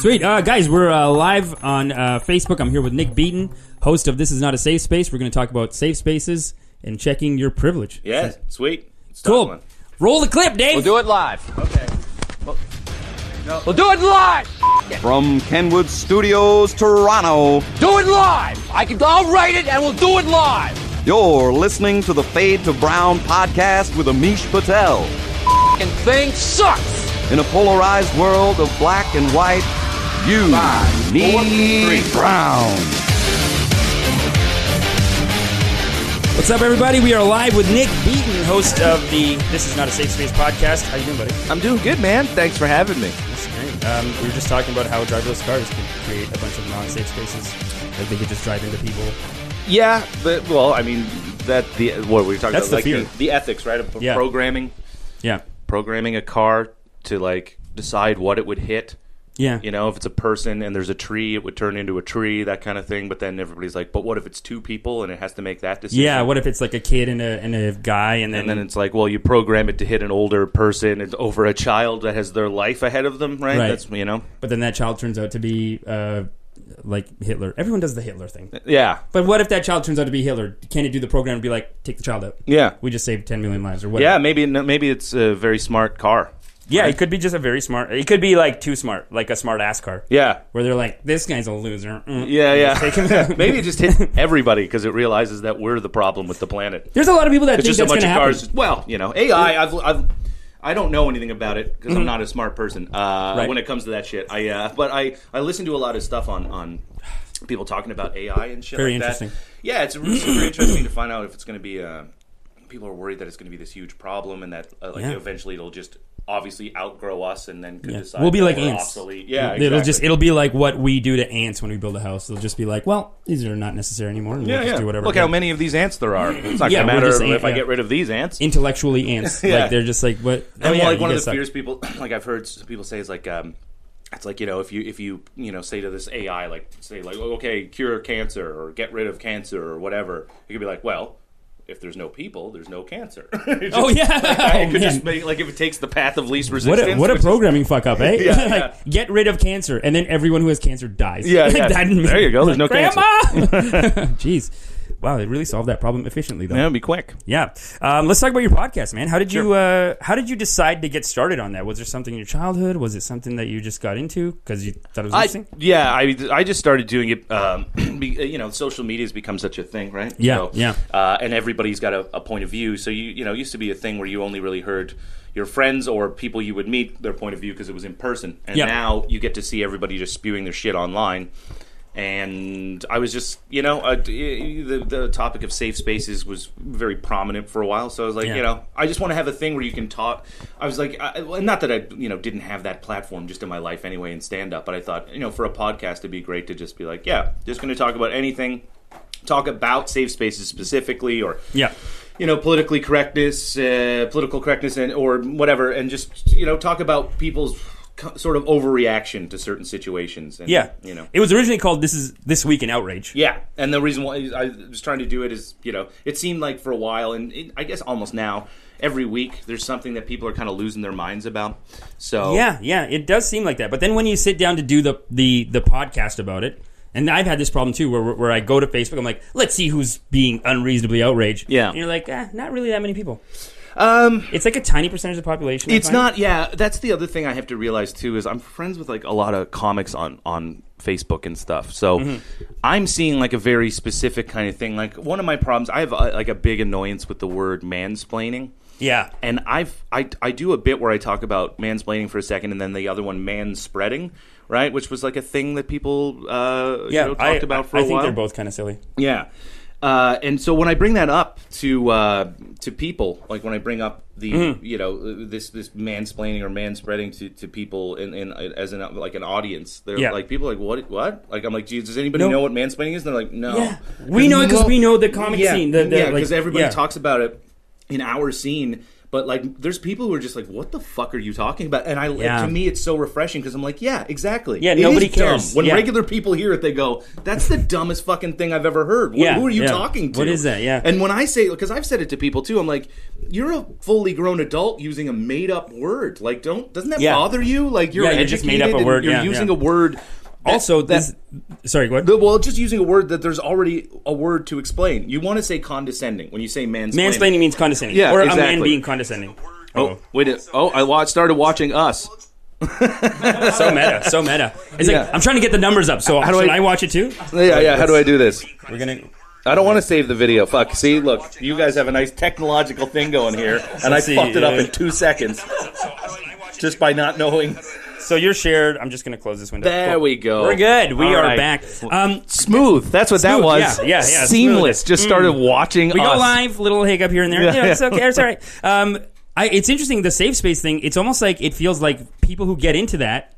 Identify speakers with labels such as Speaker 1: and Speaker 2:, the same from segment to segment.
Speaker 1: Sweet, uh, guys, we're uh, live on uh, Facebook. I'm here with Nick Beaton, host of This Is Not a Safe Space. We're going to talk about safe spaces and checking your privilege.
Speaker 2: Yeah, sweet. It's
Speaker 1: cool.
Speaker 2: One.
Speaker 1: Roll the clip, Dave.
Speaker 3: We'll do it live.
Speaker 2: Okay.
Speaker 3: We'll do it live.
Speaker 4: From Kenwood Studios, Toronto,
Speaker 3: Do it live. I can. I'll write it, and we'll do it live.
Speaker 4: you're listening to the Fade to Brown podcast with Amish Patel.
Speaker 3: And thing sucks.
Speaker 4: In a polarized world of black and white, you need brown.
Speaker 1: What's up, everybody? We are live with Nick Beaton, host of the This Is Not a Safe Space podcast. How you doing, buddy?
Speaker 5: I'm doing good, man. Thanks for having me.
Speaker 1: That's great. Um, we were just talking about how driverless cars can create a bunch of non-safe spaces. Like they could just drive into people.
Speaker 5: Yeah,
Speaker 2: But well, I mean that the what we were talking
Speaker 1: That's
Speaker 2: about,
Speaker 1: the
Speaker 2: like
Speaker 1: fear.
Speaker 2: The, the ethics, right? Of p-
Speaker 1: Yeah.
Speaker 2: programming,
Speaker 1: Yeah,
Speaker 2: programming a car to like decide what it would hit.
Speaker 1: yeah,
Speaker 2: You know, if it's a person and there's a tree, it would turn into a tree, that kind of thing. But then everybody's like, but what if it's two people and it has to make that decision?
Speaker 1: yeah. What if it's like a kid and a and a guy, and then,
Speaker 2: and then it's like, well, you program it to hit an older person and over a child that has their life ahead of them, right?
Speaker 1: Right.
Speaker 2: That's you know,
Speaker 1: but then that child turns out to be uh, like Hitler. Everyone does the Hitler thing.
Speaker 2: yeah,
Speaker 1: But what if that child turns out to be Hitler? Can it do the program and be like, take the child out?
Speaker 2: yeah,
Speaker 1: We just saved 10 million lives or whatever.
Speaker 2: yeah. Maybe maybe it's a very smart car.
Speaker 1: Yeah, it could be just a very smart. It could be like too smart, like a smart ass car.
Speaker 2: Yeah,
Speaker 1: Where they're like, this guy's a loser. Mm.
Speaker 2: Yeah,
Speaker 1: Take him out.
Speaker 2: yeah. Maybe it just hit everybody because it realizes that we're the problem with the planet.
Speaker 1: There's a lot of people that
Speaker 2: It's
Speaker 1: think
Speaker 2: just a
Speaker 1: that's going
Speaker 2: bunch
Speaker 1: to
Speaker 2: of
Speaker 1: happen.
Speaker 2: cars. Well, you know, AI. I've, I've I don't know anything about it because I'm not a smart person uh,
Speaker 1: Mm-hmm. Right.
Speaker 2: when it comes to that shit. I uh, but I I listen to a lot of stuff on on people talking about AI and shit.
Speaker 1: Very
Speaker 2: like
Speaker 1: interesting.
Speaker 2: That. Yeah, it's re- super interesting to find out if it's going to be. Uh, people are worried that it's going to be this huge problem and that uh, like
Speaker 1: Yeah.
Speaker 2: eventually it'll just obviously outgrow us and then could
Speaker 1: Yeah.
Speaker 2: decide
Speaker 1: We'll be
Speaker 2: that
Speaker 1: like
Speaker 2: we're
Speaker 1: ants.
Speaker 2: obsolete. Yeah,
Speaker 1: it'll
Speaker 2: exactly.
Speaker 1: just it'll be like what we do to ants when we build a house. They'll just be like, well, these are not necessary anymore. and we'll
Speaker 2: yeah,
Speaker 1: just
Speaker 2: yeah.
Speaker 1: do whatever.
Speaker 2: Look
Speaker 1: we
Speaker 2: how
Speaker 1: do.
Speaker 2: many of these ants there are. It's not
Speaker 1: Yeah,
Speaker 2: going
Speaker 1: we're
Speaker 2: to matter
Speaker 1: just ant-
Speaker 2: if I
Speaker 1: yeah.
Speaker 2: get rid of these ants.
Speaker 1: intellectually ants.
Speaker 2: Yeah.
Speaker 1: Like they're just like what? Oh,
Speaker 2: And
Speaker 1: yeah,
Speaker 2: like
Speaker 1: you
Speaker 2: one of
Speaker 1: guys
Speaker 2: the
Speaker 1: suck.
Speaker 2: fears people, like I've heard some people say, is like, um, it's like you know, if you if you you know say to this AI, like say like, oh, okay, cure cancer or get rid of cancer or whatever, it could be like, well, if there's no people, there's no cancer. It
Speaker 1: Oh
Speaker 2: just-
Speaker 1: yeah.
Speaker 2: It
Speaker 1: Oh,
Speaker 2: could just
Speaker 1: man.
Speaker 2: make, like if it takes the path of least
Speaker 1: What
Speaker 2: resistance.
Speaker 1: a, what a
Speaker 2: which is-
Speaker 1: programming fuck up, eh?
Speaker 2: Yeah,
Speaker 1: like, Get rid of cancer, and then everyone who has cancer dies.
Speaker 2: Yeah, yeah.
Speaker 1: That didn't
Speaker 2: There
Speaker 1: mean-
Speaker 2: you go. There's no cancer.
Speaker 1: Grandma! Jeez. Wow, they really solved that problem efficiently, though.
Speaker 2: Yeah,
Speaker 1: Yeah.
Speaker 2: it'd be quick.
Speaker 1: Um, let's talk about your podcast, man. How did you uh, How did you decide to get started on that? Was there something in your childhood? Was it something that you just got into because you thought it was interesting?
Speaker 2: I, yeah, I, I just started doing it. Um, be, you know, social media's become such a thing, right?
Speaker 1: Yeah, yeah.
Speaker 2: Uh, and everybody's got a, a point of view. So you you know, it used to be a thing where you only really heard your friends or people you would meet their point of view because it was in person. And
Speaker 1: Yeah.
Speaker 2: now you get to see everybody just spewing their shit online. And I was just, you know, uh, d- the the topic of safe spaces was very prominent for a while. So I was like,
Speaker 1: Yeah.
Speaker 2: you know, I just want to have a thing where you can talk. I was like, I, well, not that I, you know, didn't have that platform just in my life anyway in stand up, but I thought, you know, for a podcast, it'd be great to just be like, yeah, just going to talk about anything, talk about safe spaces specifically, or
Speaker 1: yeah.
Speaker 2: you know, politically correctness, uh, political correctness, and or whatever, and just you know, talk about people's co- sort of overreaction to certain situations. And,
Speaker 1: Yeah.
Speaker 2: you know,
Speaker 1: It was originally called This Is This Week in Outrage.
Speaker 2: yeah, and the reason why I was trying to do it is, you know, it seemed like for a while, and it, I guess almost now, every week there's something that people are kind of losing their minds about. So
Speaker 1: Yeah, yeah, it does seem like that. But then when you sit down to do the the the podcast about it, and I've had this problem too, where where I go to Facebook, I'm like, let's see who's being unreasonably outraged.
Speaker 2: Yeah.
Speaker 1: and you're like, eh, not really that many people. Um, it's like a tiny percentage of the population. I
Speaker 2: it's
Speaker 1: find.
Speaker 2: not. Yeah, that's the other thing I have to realize too is I'm friends with like a lot of comics on on Facebook and stuff. So I'm seeing like a very specific kind of thing. Like one of my problems, I have uh like a big annoyance with the word mansplaining.
Speaker 1: Yeah,
Speaker 2: and I've I, I do a bit where I talk about mansplaining for a second, and then the other one man spreading, right? Which was like a thing that people uh,
Speaker 1: yeah.
Speaker 2: you know, talked
Speaker 1: I,
Speaker 2: about for
Speaker 1: I
Speaker 2: a
Speaker 1: think
Speaker 2: while.
Speaker 1: they're both kind of silly.
Speaker 2: Yeah. Uh, and so when I bring that up to uh, to people, like when I bring up the
Speaker 1: Mm-hmm.
Speaker 2: you know this this mansplaining or manspreading to, to people in, in as an like an audience, they're
Speaker 1: Yeah.
Speaker 2: like people are like what what like I'm like geez, does anybody
Speaker 1: No.
Speaker 2: know what mansplaining is? And they're like no,
Speaker 1: Yeah. We know it 'cause
Speaker 2: mo-
Speaker 1: we know the comic scene, the- the,
Speaker 2: Oh. yeah,
Speaker 1: like-
Speaker 2: because everybody
Speaker 1: yeah.
Speaker 2: talks about it in our scene.
Speaker 6: But like, there's people who are just like, "What the fuck are you talking about?" And I,
Speaker 1: Yeah.
Speaker 6: to me, it's so refreshing because I'm like, "Yeah, exactly."
Speaker 1: Yeah,
Speaker 6: It is
Speaker 1: nobody
Speaker 6: dumb.
Speaker 1: cares.
Speaker 6: When
Speaker 1: Yeah.
Speaker 6: regular people hear it, they go, "That's the dumbest fucking thing I've ever heard." Wh-
Speaker 1: Yeah,
Speaker 6: who are you
Speaker 1: yeah.
Speaker 6: talking to?
Speaker 1: What is that? Yeah.
Speaker 6: And when I say, because I've said it to people too, I'm like, "You're a fully grown adult using a made up word. Like, don't doesn't that
Speaker 1: Yeah.
Speaker 6: bother you? Like, you're
Speaker 1: Yeah, you just made up
Speaker 6: educated
Speaker 1: a
Speaker 6: and
Speaker 1: word.
Speaker 6: You're
Speaker 1: Yeah,
Speaker 6: using
Speaker 1: yeah.
Speaker 6: a word. that-
Speaker 1: Also,
Speaker 6: that-
Speaker 1: this. Sorry, go ahead.
Speaker 6: the- well, just using a word that there's already a word to explain. You want to say condescending when you say mansplaining.
Speaker 1: Mansplaining means condescending.
Speaker 2: Yeah,
Speaker 1: or a man
Speaker 2: exactly.
Speaker 1: being condescending.
Speaker 2: Oh, wait. A, oh, I wa- started watching Us.
Speaker 1: So meta, so meta. It's
Speaker 2: Yeah.
Speaker 1: like I'm trying to get the numbers up. So
Speaker 2: do
Speaker 1: should I,
Speaker 2: I-
Speaker 1: watch it too?
Speaker 2: Yeah, yeah. How do I do this?
Speaker 1: We're gonna.
Speaker 2: I don't want to save the video. Fuck. See, look.
Speaker 6: Look, you guys have a nice technological thing going here, and I
Speaker 1: Let's see,
Speaker 6: fucked it up
Speaker 1: yeah.
Speaker 6: in two seconds just by not knowing.
Speaker 1: So you're shared. I'm just gonna close this window.
Speaker 2: There
Speaker 1: Cool.
Speaker 2: we go.
Speaker 1: We're good. We
Speaker 2: All
Speaker 1: are
Speaker 2: right.
Speaker 1: back. Um,
Speaker 2: Smooth. That's what that
Speaker 1: Smooth,
Speaker 2: was.
Speaker 1: yeah, yeah, yeah, smooth. Mm.
Speaker 2: Seamless. Just started watching.
Speaker 1: we
Speaker 2: us.
Speaker 1: go live. Little hiccup here and there.
Speaker 2: Yeah,
Speaker 1: you know, It's
Speaker 2: yeah.
Speaker 1: okay. It's all right. Um, I, it's interesting the safe space thing. It's almost like it feels like people who get into that.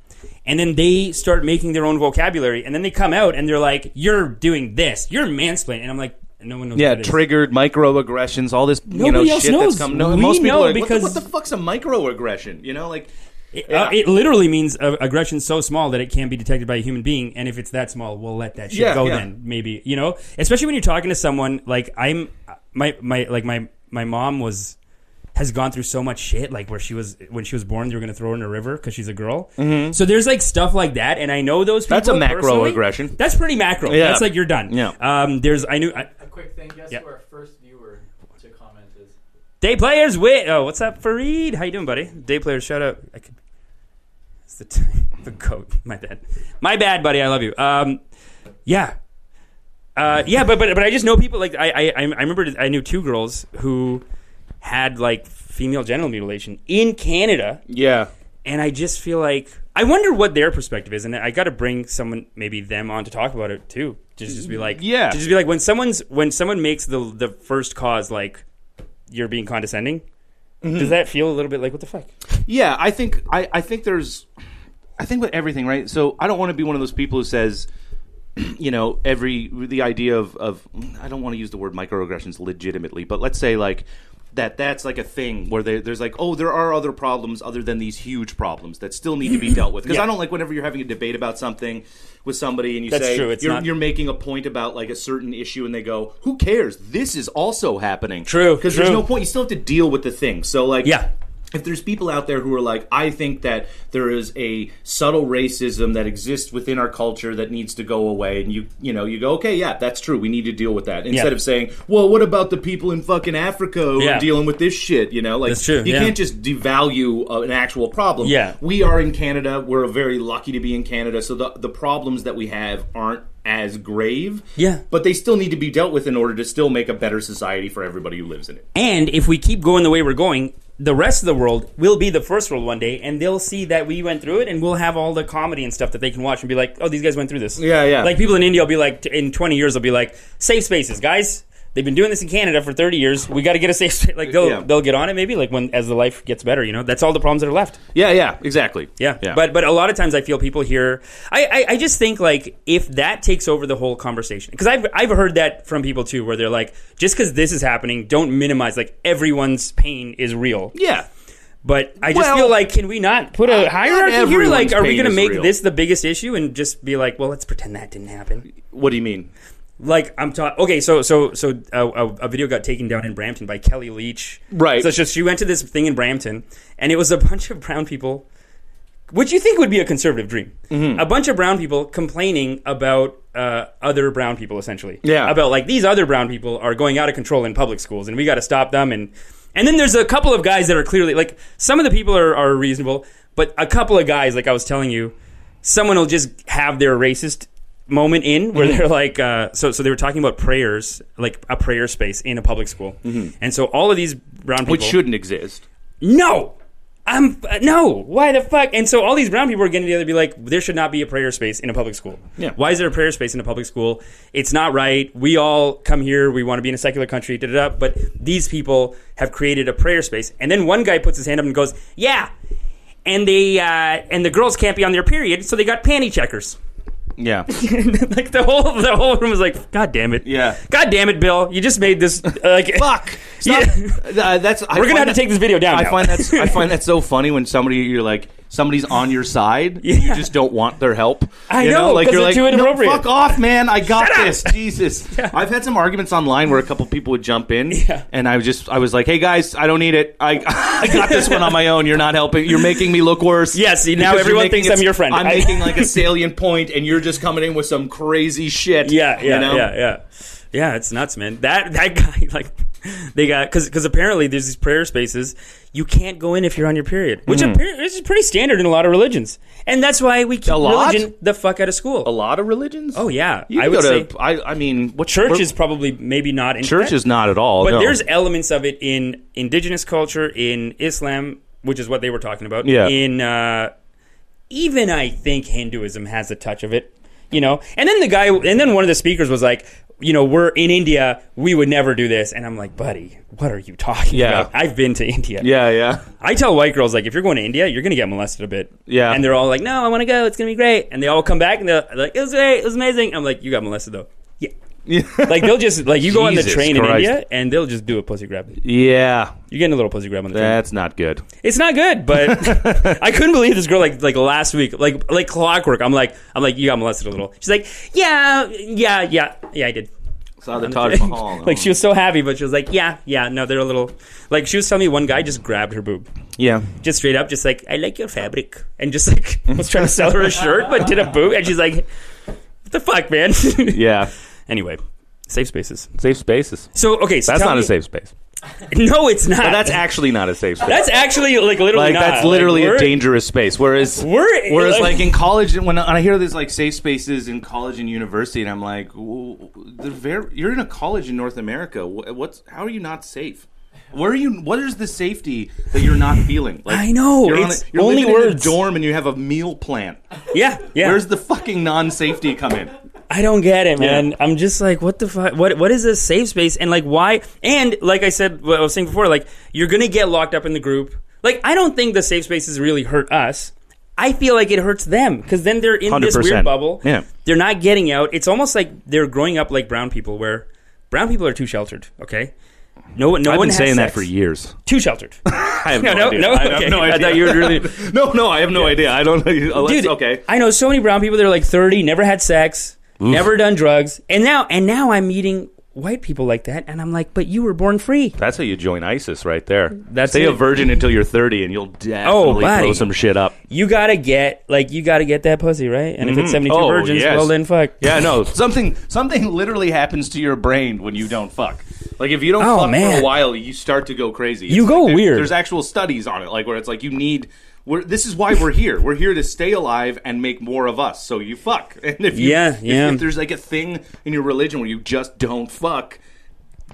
Speaker 1: And then they start making their own vocabulary, and then they come out and they're like, "You're doing this. You're mansplaining." And I'm like, "No one knows."
Speaker 2: Yeah,
Speaker 1: what it is.
Speaker 2: triggered microaggressions. All this you
Speaker 1: Nobody
Speaker 2: know
Speaker 1: else
Speaker 2: shit
Speaker 1: knows.
Speaker 2: that's coming. No,
Speaker 1: We
Speaker 2: most people
Speaker 1: know
Speaker 2: are like,
Speaker 1: because-
Speaker 6: What the fuck's a microaggression? You know, like
Speaker 1: It,
Speaker 6: Yeah.
Speaker 1: uh, it literally means uh, aggression so small that it can't be detected by a human being, and if it's that small, we'll let that shit
Speaker 6: Yeah,
Speaker 1: go.
Speaker 6: yeah.
Speaker 1: Then maybe you know, especially when you're talking to someone like I'm, my my like my my mom was has gone through so much shit like where she was when she was born they were going to throw her in a river because she's a girl so there's like stuff like that and i know those people
Speaker 2: Mm-hmm. That's a macro
Speaker 1: personally.
Speaker 2: aggression.
Speaker 1: that's pretty macro
Speaker 2: Yeah.
Speaker 1: that's like you're done
Speaker 2: Yeah.
Speaker 1: um there's i knew I,
Speaker 7: A quick thing, guess
Speaker 1: Yeah.
Speaker 7: who our first viewer to comment is?
Speaker 1: Day players win. Oh, what's up, Fareed? How you doing, buddy? Day players, shout out. I could. It's the t- the goat. My bad. My bad, buddy. I love you. Um, yeah, uh, yeah. But but but I just know people like I I I I remember I knew two girls who had like female genital mutilation in Canada,
Speaker 2: yeah,
Speaker 1: and I just feel like I wonder what their perspective is, and I got to bring someone maybe them on to talk about it too. Just just be like
Speaker 2: Yeah.
Speaker 1: to just be like when someone's when someone makes the the first cause like you're being condescending. Does that feel a little bit like what the fuck?
Speaker 2: yeah. I think I, I think there's I think with everything right. So I don't want to be one of those people who says you know every the idea of of I don't want to use the word microaggressions legitimately, but let's say like that that's like a thing where they, there's like oh there are other problems other than these huge problems that still need to be dealt with because I don't like whenever you're having a debate about something with somebody and you
Speaker 1: That's
Speaker 2: say
Speaker 1: true, it's
Speaker 2: you're,
Speaker 1: not-
Speaker 2: you're making a point about like a certain issue and they go who cares this is also happening
Speaker 1: True,
Speaker 2: because there's
Speaker 1: true.
Speaker 2: no point you still have to deal with the thing so like
Speaker 1: Yeah.
Speaker 6: if there's people out there who are like, I think that there is a subtle racism that exists within our culture that needs to go away, and you you know you go, okay, yeah, that's true. We need to deal with that instead
Speaker 1: Yeah.
Speaker 6: of saying, well, what about the people in fucking Africa who
Speaker 1: Yeah.
Speaker 6: are dealing with this shit? You know, like
Speaker 1: That's true,
Speaker 6: you
Speaker 1: yeah.
Speaker 6: can't just devalue uh, an actual problem.
Speaker 1: Yeah.
Speaker 6: we are in Canada. We're very lucky to be in Canada, so the the problems that we have aren't as grave.
Speaker 1: Yeah.
Speaker 6: but they still need to be dealt with in order to still make a better society for everybody who lives in it.
Speaker 1: And if we keep going the way we're going, the rest of the world will be the first world one day, and they'll see that we went through it, and we'll have all the comedy and stuff that they can watch and be like, "Oh, these guys went through this."
Speaker 6: Yeah, yeah.
Speaker 1: Like people in India will be like, t- in twenty years, they'll be like, "Safe spaces, guys." They've been doing this in Canada for thirty years. We got to get a safe space. Like they'll
Speaker 2: Yeah.
Speaker 1: they'll get on it maybe. Like when as the life gets better, you know, that's all the problems that are left.
Speaker 2: yeah yeah exactly
Speaker 1: Yeah. But but a lot of times I feel people hear I, I, I just think like if that takes over the whole conversation because I've I've heard that from people too where they're like just because this is happening don't minimize like everyone's pain is real
Speaker 2: yeah
Speaker 1: but I just
Speaker 2: Well-
Speaker 1: feel like can we not put a hierarchy here
Speaker 2: everyone's
Speaker 1: like are we
Speaker 2: pain
Speaker 1: going to
Speaker 2: is
Speaker 1: make
Speaker 2: real.
Speaker 1: this the biggest issue and just be like well let's pretend that didn't happen
Speaker 2: what do you mean
Speaker 1: like I'm taught. Okay, so so so uh, a, a video got taken down in Brampton by Kelly Leach.
Speaker 2: Right.
Speaker 1: So she, she went to this thing in Brampton, and it was a bunch of brown people, which you think would be a conservative dream.
Speaker 2: Mm-hmm.
Speaker 1: A bunch of brown people complaining about uh, other brown people, essentially.
Speaker 2: Yeah.
Speaker 1: About like these other brown people are going out of control in public schools, and we got to stop them. And and then there's a couple of guys that are clearly like some of the people are are reasonable, but a couple of guys, like I was telling you, someone will just have their racist moment in where they're like uh, so so they were talking about prayers like a prayer space in a public school and so all of these brown people
Speaker 2: which shouldn't exist
Speaker 1: no i'm uh, no why the fuck and so all these brown people are getting together to be like there should not be a prayer space in a public school
Speaker 2: Yeah.
Speaker 1: why is there a prayer space in a public school it's not right we all come here we want to be in a secular country da, da, da, but these people have created a prayer space and then one guy puts his hand up and goes yeah and they uh, and the girls can't be on their period so they got panty checkers
Speaker 2: yeah
Speaker 1: like the whole the whole room was like, God damn it.
Speaker 2: Yeah.
Speaker 1: God damn it, Bill. You just made this uh, like
Speaker 2: Fuck.
Speaker 1: Yeah.
Speaker 2: Uh, that's I
Speaker 1: We're gonna
Speaker 2: find
Speaker 1: have to
Speaker 2: that-
Speaker 1: take this video down.
Speaker 2: I
Speaker 1: now.
Speaker 2: find that's I find that so funny when somebody you're like somebody's on your side, you
Speaker 1: Yeah.
Speaker 2: just don't want their help.
Speaker 1: I
Speaker 2: you
Speaker 1: know,
Speaker 2: like
Speaker 1: 'cause
Speaker 2: you're like
Speaker 1: it's too inappropriate."
Speaker 2: No, fuck off, man! I got this. Jesus, I've had some arguments online where a couple people would jump in,
Speaker 1: Yeah.
Speaker 2: and I was just I was like, hey guys, I don't need it. I I got this one on my own. You're not helping. You're making me look worse.
Speaker 1: Yeah, see, now
Speaker 2: Because you're
Speaker 1: everyone
Speaker 2: making
Speaker 1: thinks
Speaker 2: it-
Speaker 1: I'm your friend.
Speaker 2: I'm
Speaker 1: I-
Speaker 2: making like a salient point, and you're just coming in with some crazy shit.
Speaker 1: Yeah, yeah,
Speaker 2: you know?
Speaker 1: yeah, yeah, yeah. It's nuts, man. That that guy, like, they got because because apparently there's these prayer spaces you can't go in if you're on your period, which
Speaker 2: Mm-hmm.
Speaker 1: appar- this is pretty standard in a lot of religions, and that's why we keep
Speaker 2: A lot?
Speaker 1: religion the fuck out of school.
Speaker 2: A lot of religions.
Speaker 1: Oh yeah,
Speaker 2: You
Speaker 1: I
Speaker 2: can
Speaker 1: would
Speaker 2: go
Speaker 1: say
Speaker 2: to. I, I mean, what
Speaker 1: church
Speaker 2: where-
Speaker 1: is probably maybe not in
Speaker 2: Church is not at all.
Speaker 1: but
Speaker 2: Oh, no.
Speaker 1: there's elements of it in indigenous culture, in Islam, which is what they were talking about.
Speaker 2: Yeah.
Speaker 1: In uh, even I think Hinduism has a touch of it. You know, and then the guy, and then one of the speakers was like, you know, we're in India, we would never do this, and I'm like, buddy, what are you talking
Speaker 2: Yeah.
Speaker 1: about? I've been to India.
Speaker 2: Yeah, yeah.
Speaker 1: I tell white girls like, if you're going to India, you're gonna get molested a bit.
Speaker 2: Yeah.
Speaker 1: and they're all like, no, I want to go, it's gonna be great, and they all come back and they're like, it was great, it was amazing. I'm like, you got molested though. Yeah. Like they'll just like you go on the
Speaker 2: Jesus
Speaker 1: train
Speaker 2: Christ.
Speaker 1: in India and they'll just do a pussy grab.
Speaker 2: Yeah,
Speaker 1: You're getting a little pussy grab on the train.
Speaker 2: that's not good.
Speaker 1: It's not good, but I couldn't believe this girl like like last week, like like clockwork. I'm like I'm like you got molested a little. She's like, yeah, yeah, yeah, yeah, I did.
Speaker 2: Saw the Taj Mahal.
Speaker 1: like she was so happy, but she was like, yeah, yeah, no, they're a little. Like she was telling me one guy just grabbed her boob,
Speaker 2: yeah,
Speaker 1: just straight up, just like I like your fabric, and just like was trying to sell her a shirt, but did a boob, and she's like, what the fuck, man?
Speaker 2: yeah.
Speaker 1: Anyway, safe spaces.
Speaker 2: Safe spaces.
Speaker 1: So okay, so
Speaker 2: That's
Speaker 1: tell
Speaker 2: not
Speaker 1: me-
Speaker 2: a safe space.
Speaker 1: No, it's not.
Speaker 2: That's actually not a safe space.
Speaker 1: That's actually like literally
Speaker 2: like
Speaker 1: not.
Speaker 2: that's literally
Speaker 1: Like,
Speaker 2: a
Speaker 1: we're-
Speaker 2: dangerous space. Whereas,
Speaker 1: We're-
Speaker 2: whereas
Speaker 1: like-
Speaker 2: like in college, when I hear there's like safe spaces in college and university, and I'm like, "Well, they're very, you're in a college in North America. Wh- What's how are you not safe? Where are you? What is the safety that you're not feeling? Like,
Speaker 1: I know,
Speaker 2: You're on
Speaker 1: it's
Speaker 2: a- you're
Speaker 1: only
Speaker 2: living in a
Speaker 1: words.
Speaker 2: dorm and you have a meal plan.
Speaker 1: Yeah, yeah.
Speaker 2: Where's the fucking non-safety come in?
Speaker 1: I don't get it, man. I'm just like, what the fuck? What what is this safe space? And like, why? And like I said, what I was saying before, like you're gonna get locked up in the group. Like I don't think the safe spaces really hurt us. I feel like it hurts them because then they're in this
Speaker 2: 100%.
Speaker 1: weird bubble.
Speaker 2: Yeah.
Speaker 1: they're not getting out. It's almost like they're growing up like brown people, where brown people are too sheltered. Okay, no one, no
Speaker 2: I've
Speaker 1: one
Speaker 2: been
Speaker 1: has
Speaker 2: saying that
Speaker 1: sex.
Speaker 2: for years.
Speaker 1: Too sheltered.
Speaker 2: I have
Speaker 1: No,
Speaker 2: no,
Speaker 1: no,
Speaker 2: idea.
Speaker 1: no,
Speaker 2: I have
Speaker 1: okay.
Speaker 2: no
Speaker 1: I
Speaker 2: idea.
Speaker 1: thought you were really-
Speaker 2: no, no, I have no idea. I don't. know.
Speaker 1: Dude,
Speaker 2: okay.
Speaker 1: I know so many brown people that are like 30, never had sex, never done drugs, and now and now I'm meeting white people like that, and I'm like, but you were born free.
Speaker 2: That's how you join ISIS, right there.
Speaker 1: That's
Speaker 2: Stay a
Speaker 1: it.
Speaker 2: virgin until you're 30, and you'll
Speaker 1: Oh,
Speaker 2: definitely
Speaker 1: buddy.
Speaker 2: throw some shit up.
Speaker 1: You gotta get like you gotta get that pussy right, and if it's seventy two
Speaker 2: Oh,
Speaker 1: virgins,
Speaker 2: yes.
Speaker 1: well then fuck.
Speaker 2: Yeah, no, something something literally happens to your brain when you don't fuck. Like if you don't
Speaker 1: Oh,
Speaker 2: fuck for
Speaker 1: man.
Speaker 2: a while, you start to go crazy.
Speaker 1: You
Speaker 2: It's
Speaker 1: go
Speaker 2: like there-
Speaker 1: weird.
Speaker 2: There's actual studies on it, like where it's like you need. We're, this is why we're here. We're here to stay alive and make more of us. So you fuck, and if you,
Speaker 1: Yeah,
Speaker 2: if-
Speaker 1: yeah.
Speaker 2: if there's like a thing in your religion where you just don't fuck,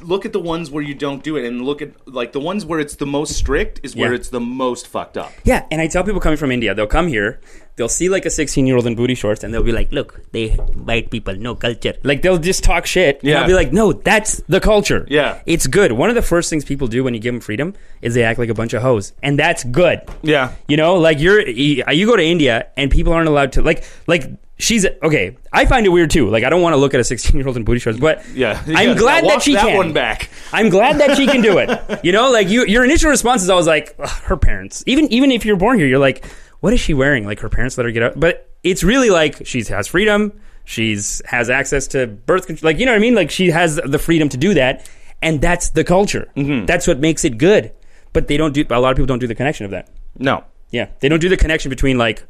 Speaker 2: look at the ones where you don't do it, and look at like the ones where it's the most strict is where
Speaker 1: Yeah.
Speaker 2: it's the most fucked up.
Speaker 1: Yeah, and I tell people coming from India, they'll come here, they'll see like a 16 year old in booty shorts, and they'll be like, look, they white people, no culture. Like they'll just talk shit. Yeah.
Speaker 2: Yeah.
Speaker 1: And I'll be like, no, that's the culture.
Speaker 2: Yeah.
Speaker 1: It's good. One of the first things people do when you give them freedom is they act like a bunch of hoes, and that's good.
Speaker 2: Yeah.
Speaker 1: You know, like you're, you you go to India, and people aren't allowed to, like, like, She's okay. I find it weird too. Like I don't want to look at a 16 year old in booty shorts, but
Speaker 2: Yeah,
Speaker 1: I'm glad that she
Speaker 2: that
Speaker 1: can.
Speaker 2: one back.
Speaker 1: I'm glad that she can do it. You know, like you, your initial response is always like "Ugh, her parents. Even even if you're born here, you're like, what is she wearing? Like her parents let her get out, but it's really like she has freedom. She's has access to birth control. Like you know what I mean? Like she has the freedom to do that, and that's the culture.
Speaker 2: Mm-hmm.
Speaker 1: That's what makes it good. But they don't do. A lot of people don't do the connection of that.
Speaker 2: No,
Speaker 1: Yeah, they don't do the connection between like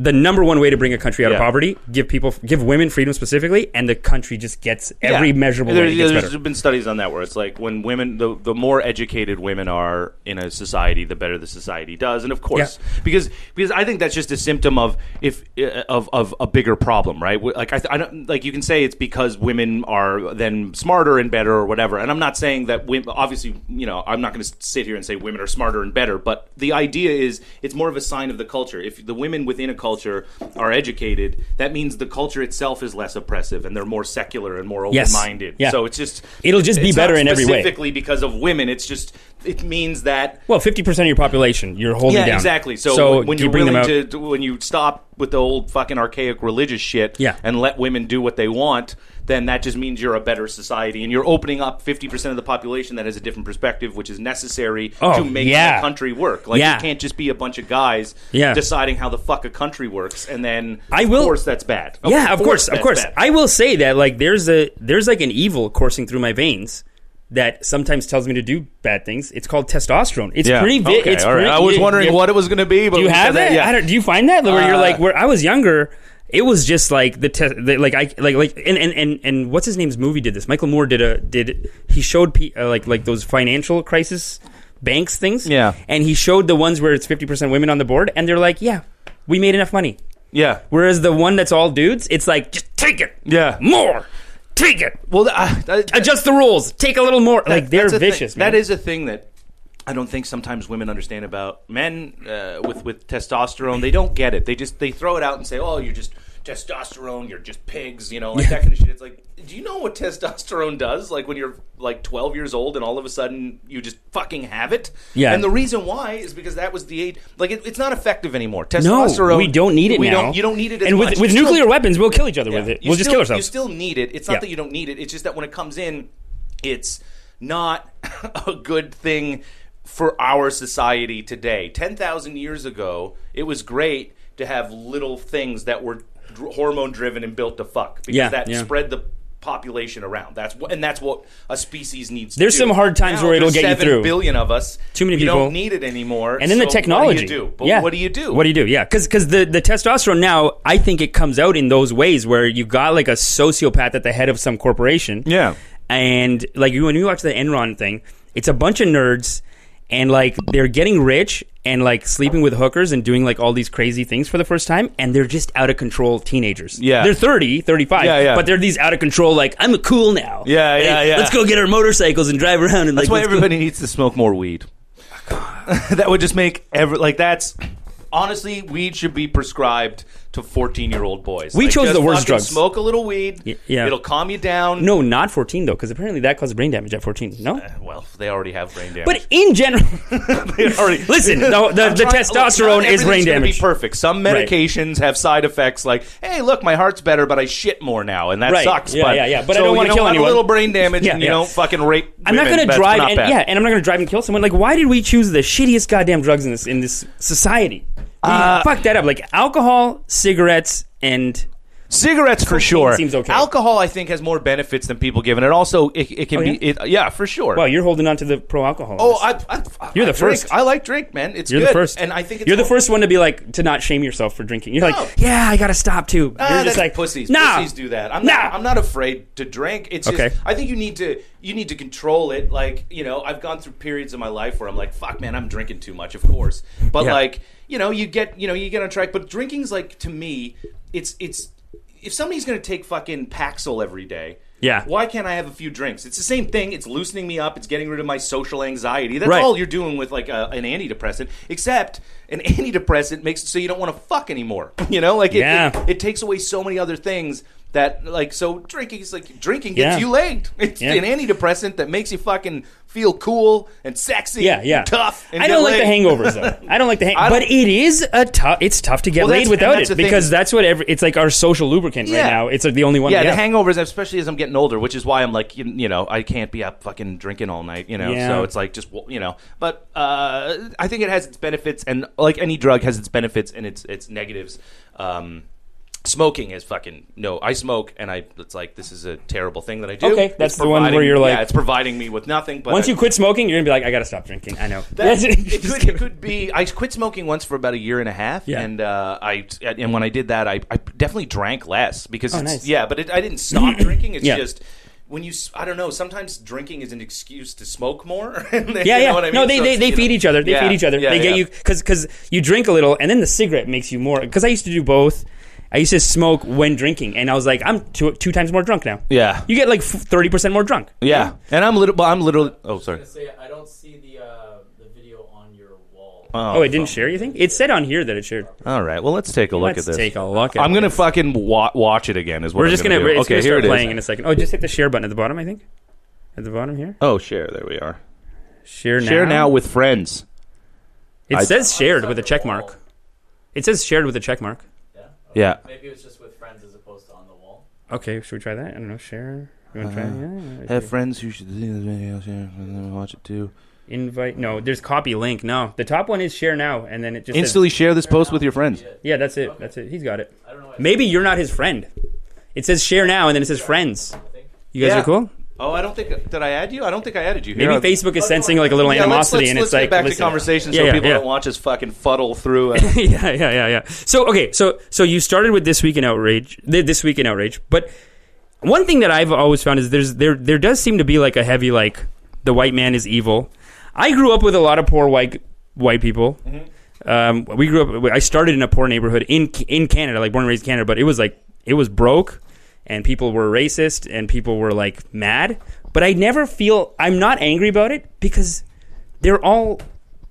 Speaker 1: the number one way to bring a country out of
Speaker 2: Yeah.
Speaker 1: poverty, give people, give women freedom specifically, and the country just gets every
Speaker 2: Yeah.
Speaker 1: measurable
Speaker 2: There,
Speaker 1: way it gets
Speaker 2: has
Speaker 1: better.
Speaker 2: been studies on that where it's like when women, the, the more educated women are in a society, the better the society does, and of course, because because I think that's just a symptom of if uh, of of a bigger problem, right? Wh- Like I, th- I don't like you can say it's because women are then smarter and better or whatever, and I'm not saying that women. Obviously, you know, I'm not going to sit here and say women are smarter and better, but the idea is it's more of a sign of the culture. If the women within a culture are educated, that means the culture itself is less oppressive and they're more secular and more
Speaker 1: Yes.
Speaker 2: minded.
Speaker 1: Yeah.
Speaker 2: So it's just
Speaker 1: It'll just be
Speaker 2: it's not
Speaker 1: better in every way.
Speaker 2: Specifically because of women, it's just it means that
Speaker 1: Well, fifty percent of your population, you're holding
Speaker 2: yeah,
Speaker 1: down.
Speaker 2: exactly. So, when- when
Speaker 1: you
Speaker 2: you're
Speaker 1: bring them
Speaker 2: willing
Speaker 1: out,
Speaker 2: to to- when you stop with the old fucking archaic religious shit
Speaker 1: Yeah.
Speaker 2: and let women do what they want, then that just means you're a better society and you're opening up 50% of the population that has a different perspective, which is necessary
Speaker 1: Oh,
Speaker 2: to make
Speaker 1: yeah.
Speaker 2: the country work. Like,
Speaker 1: Yeah.
Speaker 2: you can't just be a bunch of guys
Speaker 1: Yeah.
Speaker 2: deciding how the fuck a country works and then,
Speaker 1: I
Speaker 2: of
Speaker 1: will-
Speaker 2: course, that's bad.
Speaker 1: yeah, of course, of
Speaker 2: that's
Speaker 1: course.
Speaker 2: bad.
Speaker 1: I will say that like there's a there's like an evil coursing through my veins that sometimes tells me to do bad things. It's called testosterone. It's pretty. Vi-
Speaker 2: Okay,
Speaker 1: it's
Speaker 2: all right.
Speaker 1: pretty-
Speaker 2: I was
Speaker 1: yeah,
Speaker 2: wondering
Speaker 1: yeah.
Speaker 2: what it was going to be, but
Speaker 1: Do you
Speaker 2: when said
Speaker 1: have
Speaker 2: that,
Speaker 1: that?
Speaker 2: yeah.
Speaker 1: I don't, do you find that where you're
Speaker 2: Uh,
Speaker 1: like where I was younger? It was just like the, te- the like I like like and, and and and what's his name's movie did this? Michael Moore did a did he showed pe- uh, like like those financial crisis banks things?
Speaker 2: Yeah.
Speaker 1: and he showed the ones where it's fifty percent women on the board, and they're like, yeah, we made enough money.
Speaker 2: yeah.
Speaker 1: Whereas the one that's all dudes, it's like just take it,
Speaker 2: Yeah.
Speaker 1: more, take it,
Speaker 2: Well, I, I,
Speaker 1: adjust the rules, take a little more. like they're
Speaker 2: that's a thing-
Speaker 1: vicious. man.
Speaker 2: That is a thing that I don't think sometimes women understand about men uh, with with testosterone. They don't get it. They just they throw it out and say, "Oh, you're just testosterone. You're just pigs." You know, like that kind of shit. It's like, do you know what testosterone does? Like when you're like 12 years old and all of a sudden you just fucking have it.
Speaker 1: Yeah.
Speaker 2: And the reason why is because that was the age. Like it, it's not effective anymore. Testosterone.
Speaker 1: No, we don't need it
Speaker 2: we
Speaker 1: now.
Speaker 2: Don't, you don't need it. As
Speaker 1: and with,
Speaker 2: much.
Speaker 1: with
Speaker 2: You still-
Speaker 1: nuclear weapons, we'll kill each other with
Speaker 2: yeah.
Speaker 1: it.
Speaker 2: You
Speaker 1: We'll just
Speaker 2: still-
Speaker 1: kill ourselves.
Speaker 2: You still need it. It's not
Speaker 1: Yeah.
Speaker 2: that you don't need it. It's just that when it comes in, it's not a good thing for our society today. 10,000 years ago, it was great to have little things that were dr- hormone driven and built to fuck because
Speaker 1: Yeah,
Speaker 2: that
Speaker 1: yeah.
Speaker 2: spread the population around. That's what, and that's what a species needs to
Speaker 1: There's
Speaker 2: do.
Speaker 1: some hard times
Speaker 2: Now
Speaker 1: where it'll
Speaker 2: there's
Speaker 1: get you
Speaker 2: 7
Speaker 1: through.
Speaker 2: billion of us.
Speaker 1: Too many
Speaker 2: you
Speaker 1: people.
Speaker 2: don't need it anymore.
Speaker 1: and then the
Speaker 2: so
Speaker 1: technology.
Speaker 2: What do you do? But
Speaker 1: yeah.
Speaker 2: what do you do?
Speaker 1: What do you do? Yeah, because the the testosterone now, I think it comes out in those ways where you got like a sociopath at the head of some corporation.
Speaker 2: Yeah.
Speaker 1: and like you when you watch the Enron thing, it's a bunch of nerds and like they're getting rich and like sleeping with hookers and doing like all these crazy things for the first time and they're just out of control teenagers.
Speaker 2: Yeah.
Speaker 1: They're 30, 35,
Speaker 2: Yeah, yeah.
Speaker 1: but they're these out of control like I'm cool now.
Speaker 2: Yeah, yeah, yeah.
Speaker 1: Let's go get our motorcycles and drive around and
Speaker 2: That's
Speaker 1: like
Speaker 2: why
Speaker 1: let's go-
Speaker 2: everybody needs to smoke more weed. that would just make every like that's honestly weed should be prescribed to 14 year old boys.
Speaker 1: We
Speaker 2: Like,
Speaker 1: chose
Speaker 2: just
Speaker 1: the worst
Speaker 2: fucking
Speaker 1: drugs.
Speaker 2: Smoke a little weed.
Speaker 1: Y- yeah.
Speaker 2: it'll calm you down.
Speaker 1: No, not 14 though cuz apparently that causes brain damage at 14. No?
Speaker 2: Well, they already have brain damage.
Speaker 1: But in general,
Speaker 2: They already-
Speaker 1: Listen, the- the-
Speaker 2: I'm
Speaker 1: the
Speaker 2: trying- look,
Speaker 1: testosterone
Speaker 2: not
Speaker 1: is
Speaker 2: everything's
Speaker 1: brain
Speaker 2: gonna
Speaker 1: damage.
Speaker 2: Be perfect. Some
Speaker 1: Right.
Speaker 2: medications have side effects, like, hey, look, my heart's better, but I shit more now, and that
Speaker 1: Right.
Speaker 2: sucks.
Speaker 1: Yeah,
Speaker 2: but
Speaker 1: yeah, yeah. But I
Speaker 2: so
Speaker 1: don't
Speaker 2: you
Speaker 1: wanna kill
Speaker 2: have
Speaker 1: anyone.
Speaker 2: A little brain damage,
Speaker 1: Yeah,
Speaker 2: and you
Speaker 1: yeah.
Speaker 2: don't fucking rape.
Speaker 1: I'm not
Speaker 2: women.
Speaker 1: going to
Speaker 2: That's
Speaker 1: drive
Speaker 2: not
Speaker 1: and
Speaker 2: bad.
Speaker 1: yeah, and I'm not going to drive and kill someone. Like, why did we choose the shittiest goddamn drugs in this in this society? We
Speaker 2: Uh,
Speaker 1: fucked that up. Like alcohol, cigarettes, and
Speaker 2: Cigarettes for sure.
Speaker 1: seems okay.
Speaker 2: Alcohol, I think, has more benefits than people give, and it also it, it can
Speaker 1: Oh,
Speaker 2: be it, yeah for sure.
Speaker 1: well, you're holding on to the pro alcohol.
Speaker 2: oh, I, I, I-
Speaker 1: You're the
Speaker 2: I drink.
Speaker 1: first.
Speaker 2: I like drink, man. It's
Speaker 1: you're
Speaker 2: good.
Speaker 1: the first,
Speaker 2: and I think it's
Speaker 1: you're the first one to be like to not shame yourself for drinking. You're
Speaker 2: No.
Speaker 1: like, yeah, I got to stop too.
Speaker 2: Ah,
Speaker 1: you're
Speaker 2: that's
Speaker 1: just like
Speaker 2: pussies.
Speaker 1: Nah,
Speaker 2: Pussies do that. I'm
Speaker 1: nah.
Speaker 2: not. I'm not afraid to drink. It's
Speaker 1: Okay.
Speaker 2: just. I think you need to. You need to control it. Like you know, I've gone through periods of my life where I'm like, fuck, man, I'm drinking too much. Of course, but
Speaker 1: Yeah.
Speaker 2: like you know, you get you know, you get on track. But drinking's like to me, it's it's. If somebody's gonna take fucking Paxil every day,
Speaker 1: Yeah.
Speaker 2: why can't I have a few drinks? It's the same thing. It's loosening me up. It's getting rid of my social anxiety. That's
Speaker 1: Right.
Speaker 2: all you're doing with like a, an antidepressant. Except an antidepressant makes it so you don't want to fuck anymore. You know, like it,
Speaker 1: Yeah.
Speaker 2: it, it takes away so many other things that like so drinking is like drinking gets
Speaker 1: Yeah.
Speaker 2: you laid. It's
Speaker 1: Yeah.
Speaker 2: an antidepressant that makes you fucking feel cool and sexy.
Speaker 1: Yeah, yeah,
Speaker 2: and tough. And
Speaker 1: I
Speaker 2: get
Speaker 1: don't like
Speaker 2: laid.
Speaker 1: the hangovers though. I don't like the hang.
Speaker 2: I don't-
Speaker 1: But it is a tough. It's tough to get
Speaker 2: Well, that's-
Speaker 1: laid
Speaker 2: and
Speaker 1: without
Speaker 2: that's
Speaker 1: it
Speaker 2: the thing.
Speaker 1: because that's what every. It's like our social lubricant
Speaker 2: Yeah.
Speaker 1: right now. It's like the only one.
Speaker 2: Yeah,
Speaker 1: we
Speaker 2: the
Speaker 1: have.
Speaker 2: hangovers, especially as I'm getting older, which is why I'm like, you, you know, I can't be up fucking drinking all night, you know.
Speaker 1: Yeah.
Speaker 2: So it's like just w- you know, but uh, I think it has its benefits, and like any drug has its benefits and its its negatives. Um, smoking is fucking no. I smoke, and I it's like this is a terrible thing that I do.
Speaker 1: Okay,
Speaker 2: It's
Speaker 1: that's the one where
Speaker 2: providing-
Speaker 1: you're like-
Speaker 2: yeah, it's providing me with nothing. But
Speaker 1: Once
Speaker 2: I-
Speaker 1: you quit smoking, you're gonna be like, I gotta stop drinking. I know.
Speaker 2: that,
Speaker 1: That's
Speaker 2: it,
Speaker 1: Just
Speaker 2: could,
Speaker 1: kidding.
Speaker 2: it could be. I quit smoking once for about a year and a half,
Speaker 1: Yeah.
Speaker 2: and uh, I and when I did that, I, I definitely drank less because it's,
Speaker 1: nice.
Speaker 2: yeah, but it, I didn't stop drinking. It's
Speaker 1: Yeah.
Speaker 2: just when you s- I don't know. Sometimes drinking is an excuse to smoke more. and then-
Speaker 1: Yeah,
Speaker 2: you know
Speaker 1: yeah.
Speaker 2: what I mean?
Speaker 1: No, they,
Speaker 2: So
Speaker 1: they,
Speaker 2: it's,
Speaker 1: they
Speaker 2: you
Speaker 1: feed
Speaker 2: know-
Speaker 1: each other. They
Speaker 2: Yeah,
Speaker 1: feed each other.
Speaker 2: yeah,
Speaker 1: they get
Speaker 2: yeah.
Speaker 1: you because because you drink a little, and then the cigarette makes you more. Because I used to do both. I used to smoke when drinking, and I was like, I'm two, two times more drunk now.
Speaker 2: Yeah.
Speaker 1: you get like thirty percent more drunk.
Speaker 2: Yeah, and I'm little. I'm literally. Oh, sorry.
Speaker 7: gonna say I don't see the uh, the video on your wall.
Speaker 1: Oh, it didn't share. You think it said on here that it shared?
Speaker 2: Oh, All right. Well, let's take a look
Speaker 1: Let's
Speaker 2: at this.
Speaker 1: take a look. At
Speaker 2: I'm gonna
Speaker 1: this.
Speaker 2: fucking wa- watch it again. Is what
Speaker 1: We're
Speaker 2: I'm
Speaker 1: just gonna.
Speaker 2: do.
Speaker 1: it's
Speaker 2: okay,
Speaker 1: gonna
Speaker 2: here
Speaker 1: start
Speaker 2: it is.
Speaker 1: playing in a second. Oh, just hit the share button at the bottom. I think. At the bottom here.
Speaker 2: Oh, share. There we are.
Speaker 1: Share now.
Speaker 2: Share now with friends.
Speaker 1: It
Speaker 2: I-
Speaker 1: says shared with a check
Speaker 7: Wall.
Speaker 1: mark. It says shared with a check mark.
Speaker 7: Yeah.
Speaker 2: Yeah.
Speaker 7: Maybe it was just with friends as opposed to on the wall.
Speaker 1: Okay, should we try that? I don't know. Share. You want to
Speaker 2: Uh-huh.
Speaker 1: try? Yeah, yeah.
Speaker 2: Have friends who should see this video, share it with them and watch it too.
Speaker 1: Invite. No, there's copy link. No, the top one is share now, and then it just says-
Speaker 2: Instantly share this post with your friends.
Speaker 1: yeah, that's it. That's it. He's got it.
Speaker 7: I don't know. Why
Speaker 1: Maybe you're not his friend. It says share now, and then it says friends. You guys
Speaker 2: Yeah.
Speaker 1: are cool.
Speaker 2: Oh, I don't think did I add you? I don't think I added you.
Speaker 1: Maybe Facebook is sensing like a little
Speaker 2: Yeah, let's-
Speaker 1: animosity,
Speaker 2: let's-
Speaker 1: and
Speaker 2: let's
Speaker 1: it's
Speaker 2: get
Speaker 1: like
Speaker 2: back to
Speaker 1: listen.
Speaker 2: conversation so
Speaker 1: Yeah, yeah,
Speaker 2: people
Speaker 1: yeah.
Speaker 2: don't watch us fucking fuddle through. And,
Speaker 1: yeah, yeah, yeah, yeah. So okay, so so you started with this week in outrage, th- this week in outrage. But one thing that I've always found is there's there there does seem to be like a heavy like the white man is evil. I grew up with a lot of poor white white people. Um, we grew up. I started in a poor neighborhood in in Canada, like born and raised in Canada, but it was like it was broke, and people were racist, and people were like mad. But I never feel I'm not angry about it because they're all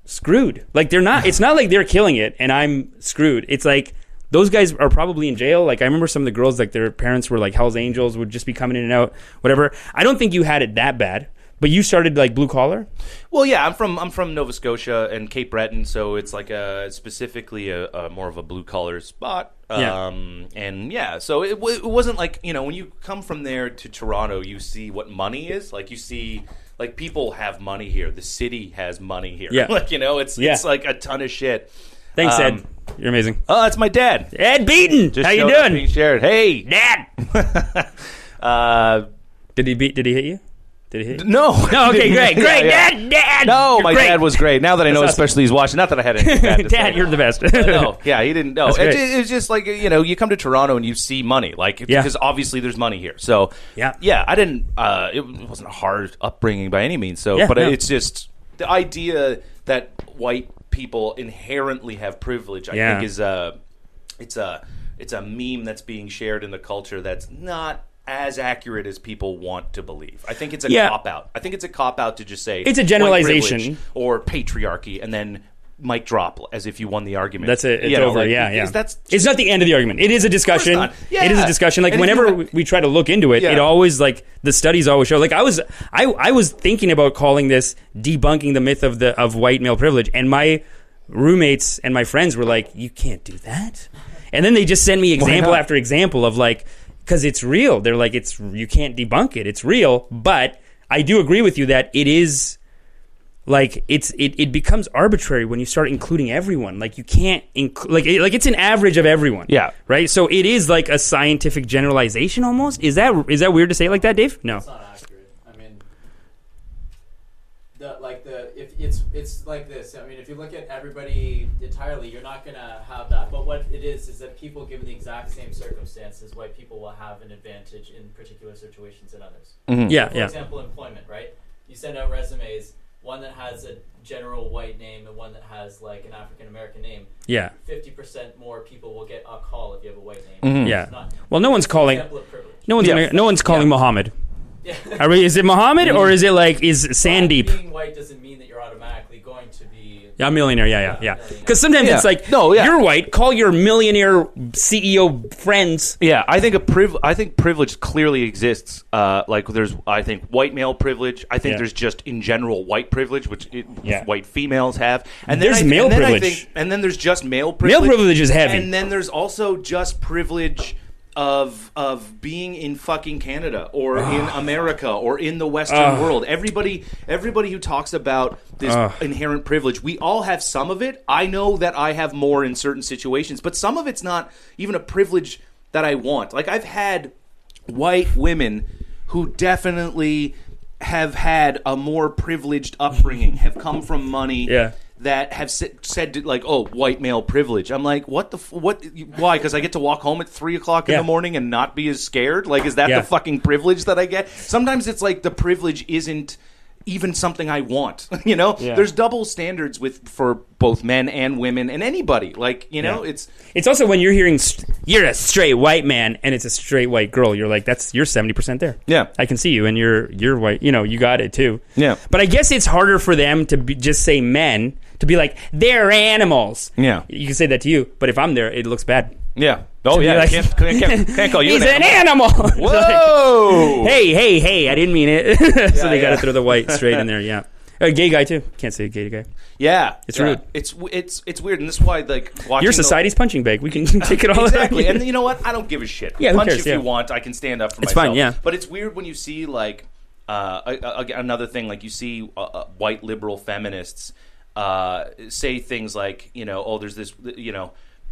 Speaker 1: screwed. Like they're not. It's not like they're killing it and I'm screwed. It's like those guys are probably in jail. Like I remember some of the girls, like their parents were like Hell's Angels, would just be coming in and out, whatever. I don't think you had it that bad, but you started like blue collar.
Speaker 2: well, yeah, I'm from I'm from Nova Scotia and Cape Breton, so it's like a specifically a, a more of a blue collar spot.
Speaker 1: Yeah.
Speaker 2: Um, and yeah, so it, w- it wasn't like you know when you come from there to Toronto, you see what money is. Like you see. Like people have money here. The city has money here.
Speaker 1: Yeah.
Speaker 2: Like you know, it's
Speaker 1: Yeah.
Speaker 2: it's like a ton of shit.
Speaker 1: Thanks,
Speaker 2: Um,
Speaker 1: Ed. You're amazing.
Speaker 2: Oh, that's my dad.
Speaker 1: Ed Beaton,
Speaker 2: Just
Speaker 1: how you
Speaker 2: showed up
Speaker 1: doing?
Speaker 2: Being shared. Hey,
Speaker 1: Dad,
Speaker 2: Uh,
Speaker 1: did he beat? Did he hit you? Did he hit? You?
Speaker 2: no.
Speaker 1: No, okay, great,
Speaker 2: Yeah,
Speaker 1: great,
Speaker 2: yeah.
Speaker 1: Dad, Dad.
Speaker 2: No,
Speaker 1: You're
Speaker 2: my
Speaker 1: great.
Speaker 2: dad was great. Now that I know,
Speaker 1: That's awesome.
Speaker 2: especially he's watching. Not that I had anything bad to
Speaker 1: Dad,
Speaker 2: say.
Speaker 1: you're the best.
Speaker 2: no, yeah, he didn't know.
Speaker 1: That's
Speaker 2: It,
Speaker 1: great.
Speaker 2: it was just like you know, you come to Toronto and you see money, like
Speaker 1: Yeah.
Speaker 2: because obviously there's money here. So
Speaker 1: Yeah.
Speaker 2: yeah, I didn't. Uh, it wasn't a hard upbringing by any means. So,
Speaker 1: Yeah,
Speaker 2: but
Speaker 1: no.
Speaker 2: it's just the idea that white people inherently have privilege. I
Speaker 1: Yeah.
Speaker 2: think is a it's a it's a meme that's being shared in the culture that's not. As accurate as people want to believe, I think it's a
Speaker 1: Yeah.
Speaker 2: cop out. I think it's a cop out to just say
Speaker 1: It's a
Speaker 2: white
Speaker 1: generalization.
Speaker 2: privilege or patriarchy, and then mic drop as if you won the argument.
Speaker 1: That's it. It's
Speaker 2: You know,
Speaker 1: over.
Speaker 2: like,
Speaker 1: yeah, yeah.
Speaker 2: is- That's
Speaker 1: it's not the end of the argument. It is a discussion.
Speaker 2: not.
Speaker 1: It is a
Speaker 2: Yeah.
Speaker 1: discussion. Like
Speaker 2: And if you
Speaker 1: whenever
Speaker 2: ha-
Speaker 1: we, we try to look into it, it
Speaker 2: Yeah.
Speaker 1: always like the studies always show. Like I was, I I was thinking about calling this debunking the myth of the of white male privilege, and my roommates and my friends were like, "You can't do that." And then they just send me example
Speaker 2: not?
Speaker 1: after example of like, because it's real. They're like, it's you can't debunk it. It's real. But I do agree with you that it is like it's it, it becomes arbitrary when you start including everyone like you can't inc- like it, like it's an average of everyone
Speaker 2: Yeah.
Speaker 1: right so it is like a scientific generalization almost is that is that weird to say it like that dave no
Speaker 7: It's not accurate. I mean, the like the if it's it's like this. I mean, if you look at everybody entirely, you're not gonna have that. But what it is is that people given the exact same circumstances, white people will have an advantage in particular situations than others.
Speaker 2: Hmm.
Speaker 1: yeah
Speaker 7: For
Speaker 1: yeah
Speaker 7: example, employment, right? You send out resumes, one that has a general white name and one that has like an African American name.
Speaker 1: yeah
Speaker 7: Fifty percent more people will get a call if you have a white name.
Speaker 2: Hmm.
Speaker 7: It's
Speaker 1: Mm-hmm. yeah
Speaker 7: not
Speaker 1: well no one's calling
Speaker 7: example of privilege.
Speaker 1: no one's gonna, no one's calling muhammad Are we, is it muhammad or is it like is sandeep
Speaker 7: Being white doesn't mean that you're automatically going to be.
Speaker 1: yeah, millionaire. Yeah, yeah, yeah. Because sometimes
Speaker 2: Yeah.
Speaker 1: it's like,
Speaker 2: No, yeah.
Speaker 1: you're white. Call your millionaire CEO friends.
Speaker 2: yeah. I think a priv- I think privilege clearly exists. Uh, like there's, I think white male privilege. I think
Speaker 1: Yeah.
Speaker 2: there's just in general white privilege, which it,
Speaker 1: Yeah.
Speaker 2: white females have. And
Speaker 1: There's
Speaker 2: I-
Speaker 1: male
Speaker 2: and then I
Speaker 1: privilege.
Speaker 2: think- and then there's just male privilege.
Speaker 1: privilege is heavy.
Speaker 2: And then there's also just privilege. Of of being in fucking Canada or in America or in the Western world, everybody everybody who talks about this inherent privilege, we all have some of it. I know that I have more in certain situations, but some of it's not even a privilege that I want. Like I've had white women who definitely have had a more privileged upbringing, have come from money,
Speaker 1: Yeah.
Speaker 2: that have s- said to, like, "Oh, white male privilege." I'm like, "What the? F- what? Why? Because I get to walk home at three o'clock
Speaker 1: Yeah.
Speaker 2: in the morning and not be as scared? Like, is that
Speaker 1: Yeah.
Speaker 2: the fucking privilege that I get?" Sometimes it's like the privilege isn't even something I want. you know, there's double standards with for both men and women and anybody. Like, you know,
Speaker 1: Yeah.
Speaker 2: it's
Speaker 1: It's also when you're hearing st- you're a straight white man and it's a straight white girl. You're like that's you're seventy percent there.
Speaker 2: Yeah.
Speaker 1: I can see you and you're you're white. You know you got it too.
Speaker 2: Yeah.
Speaker 1: but I guess it's harder for them to be, just say men to be like they're animals.
Speaker 2: Yeah.
Speaker 1: you can say that to you, but if I'm there, it looks bad.
Speaker 2: yeah. Oh
Speaker 1: You're
Speaker 2: yeah,
Speaker 1: like-
Speaker 2: can't, can't, can't- can't call you
Speaker 1: He's
Speaker 2: Oh, an animal.
Speaker 1: It's like,
Speaker 2: Whoa!
Speaker 1: hey, hey, hey! I didn't mean it. so they got to
Speaker 2: yeah.
Speaker 1: throw the white straight in there. Yeah. A gay guy too. Can't say gay guy.
Speaker 2: Yeah,
Speaker 1: It's
Speaker 2: yeah.
Speaker 1: rude.
Speaker 2: It's w- it's it's weird, and this is why like watching
Speaker 1: Your
Speaker 2: the-
Speaker 1: society's punching bag. We can take it all
Speaker 2: exactly.
Speaker 1: out.
Speaker 2: and you know what? I don't give a shit.
Speaker 1: Yeah, who
Speaker 2: punch
Speaker 1: cares?
Speaker 2: if
Speaker 1: Yeah.
Speaker 2: you want. I can stand up for
Speaker 1: It's
Speaker 2: myself.
Speaker 1: fine, yeah.
Speaker 2: But it's weird when you see like uh, a- a- a- another thing, like you see uh, uh, white liberal feminists uh, say things like, you know, oh, there's this, you know.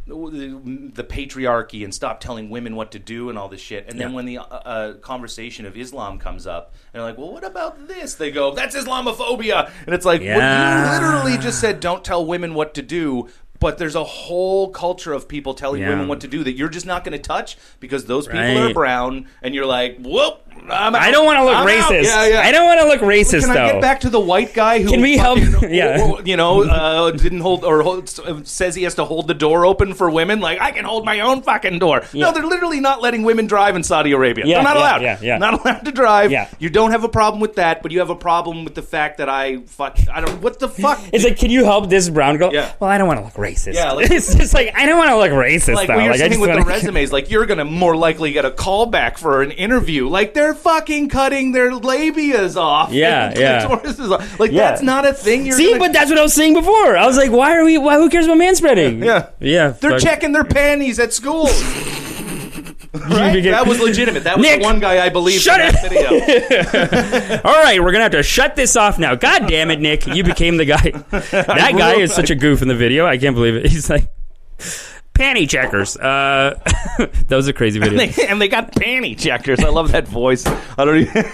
Speaker 2: The the patriarchy and stop telling women what to do and all this shit. And then when the uh, uh, conversation of Islam comes up, and they're like, "Well, what about this?" They go, "That's Islamophobia," and it's like,
Speaker 1: Yeah.
Speaker 2: well, "You literally just said don't tell women what to do." But there's a whole culture of people telling
Speaker 1: Yeah.
Speaker 2: women what to to do that you're just not going to touch because those people
Speaker 1: Right.
Speaker 2: are brown and you're like, whoop, I'm out.
Speaker 1: I don't want to look
Speaker 2: I'm out."
Speaker 1: racist.
Speaker 2: Yeah, yeah.
Speaker 1: I don't want to look racist
Speaker 2: Can
Speaker 1: though.
Speaker 2: I get back to the white guy who?
Speaker 1: Can we help-
Speaker 2: fucking-
Speaker 1: Yeah.
Speaker 2: w- w- you know, uh, didn't hold or hold, uh, says he has to hold the door open for women. Like I can hold my own fucking door.
Speaker 1: Yeah.
Speaker 2: No, they're literally not letting women drive in Saudi Arabia.
Speaker 1: Yeah,
Speaker 2: they're not
Speaker 1: yeah,
Speaker 2: allowed.
Speaker 1: yeah, yeah.
Speaker 2: Not allowed to drive.
Speaker 1: Yeah.
Speaker 2: You don't have a problem with that, but you have a problem with the fact that I fuck. I don't. What the fuck?
Speaker 1: It's like, can you help this brown girl?
Speaker 2: Yeah.
Speaker 1: Well, I don't want to look racist.
Speaker 2: Yeah, like-
Speaker 1: it's just like I don't want to look racist
Speaker 2: like
Speaker 1: though.
Speaker 2: when you're
Speaker 1: Like, I
Speaker 2: sitting
Speaker 1: just
Speaker 2: with the
Speaker 1: wanna-
Speaker 2: resumes, like you're gonna more likely get a call back for an interview. Like they're fucking cutting their labias off.
Speaker 1: Yeah,
Speaker 2: and
Speaker 1: yeah.
Speaker 2: clitorises off. Like
Speaker 1: Yeah.
Speaker 2: that's not a thing. You're
Speaker 1: See,
Speaker 2: gonna-
Speaker 1: but that's what I was saying before. I was like, why are we? Why? Who cares about manspreading?
Speaker 2: Yeah.
Speaker 1: yeah.
Speaker 2: they're
Speaker 1: fuck.
Speaker 2: checking their panties at school. Right?
Speaker 1: begin-
Speaker 2: That was legitimate. That was
Speaker 1: Nick,
Speaker 2: the one guy I believed
Speaker 1: shut
Speaker 2: in that video.
Speaker 1: All right, we're gonna have to shut this off now. God damn it, Nick! You became the guy. That guy is such a goof in the video. I can't believe it. He's like. Panty checkers. Uh, that was a crazy video.
Speaker 2: and they got panty checkers. I love that voice. I don't even.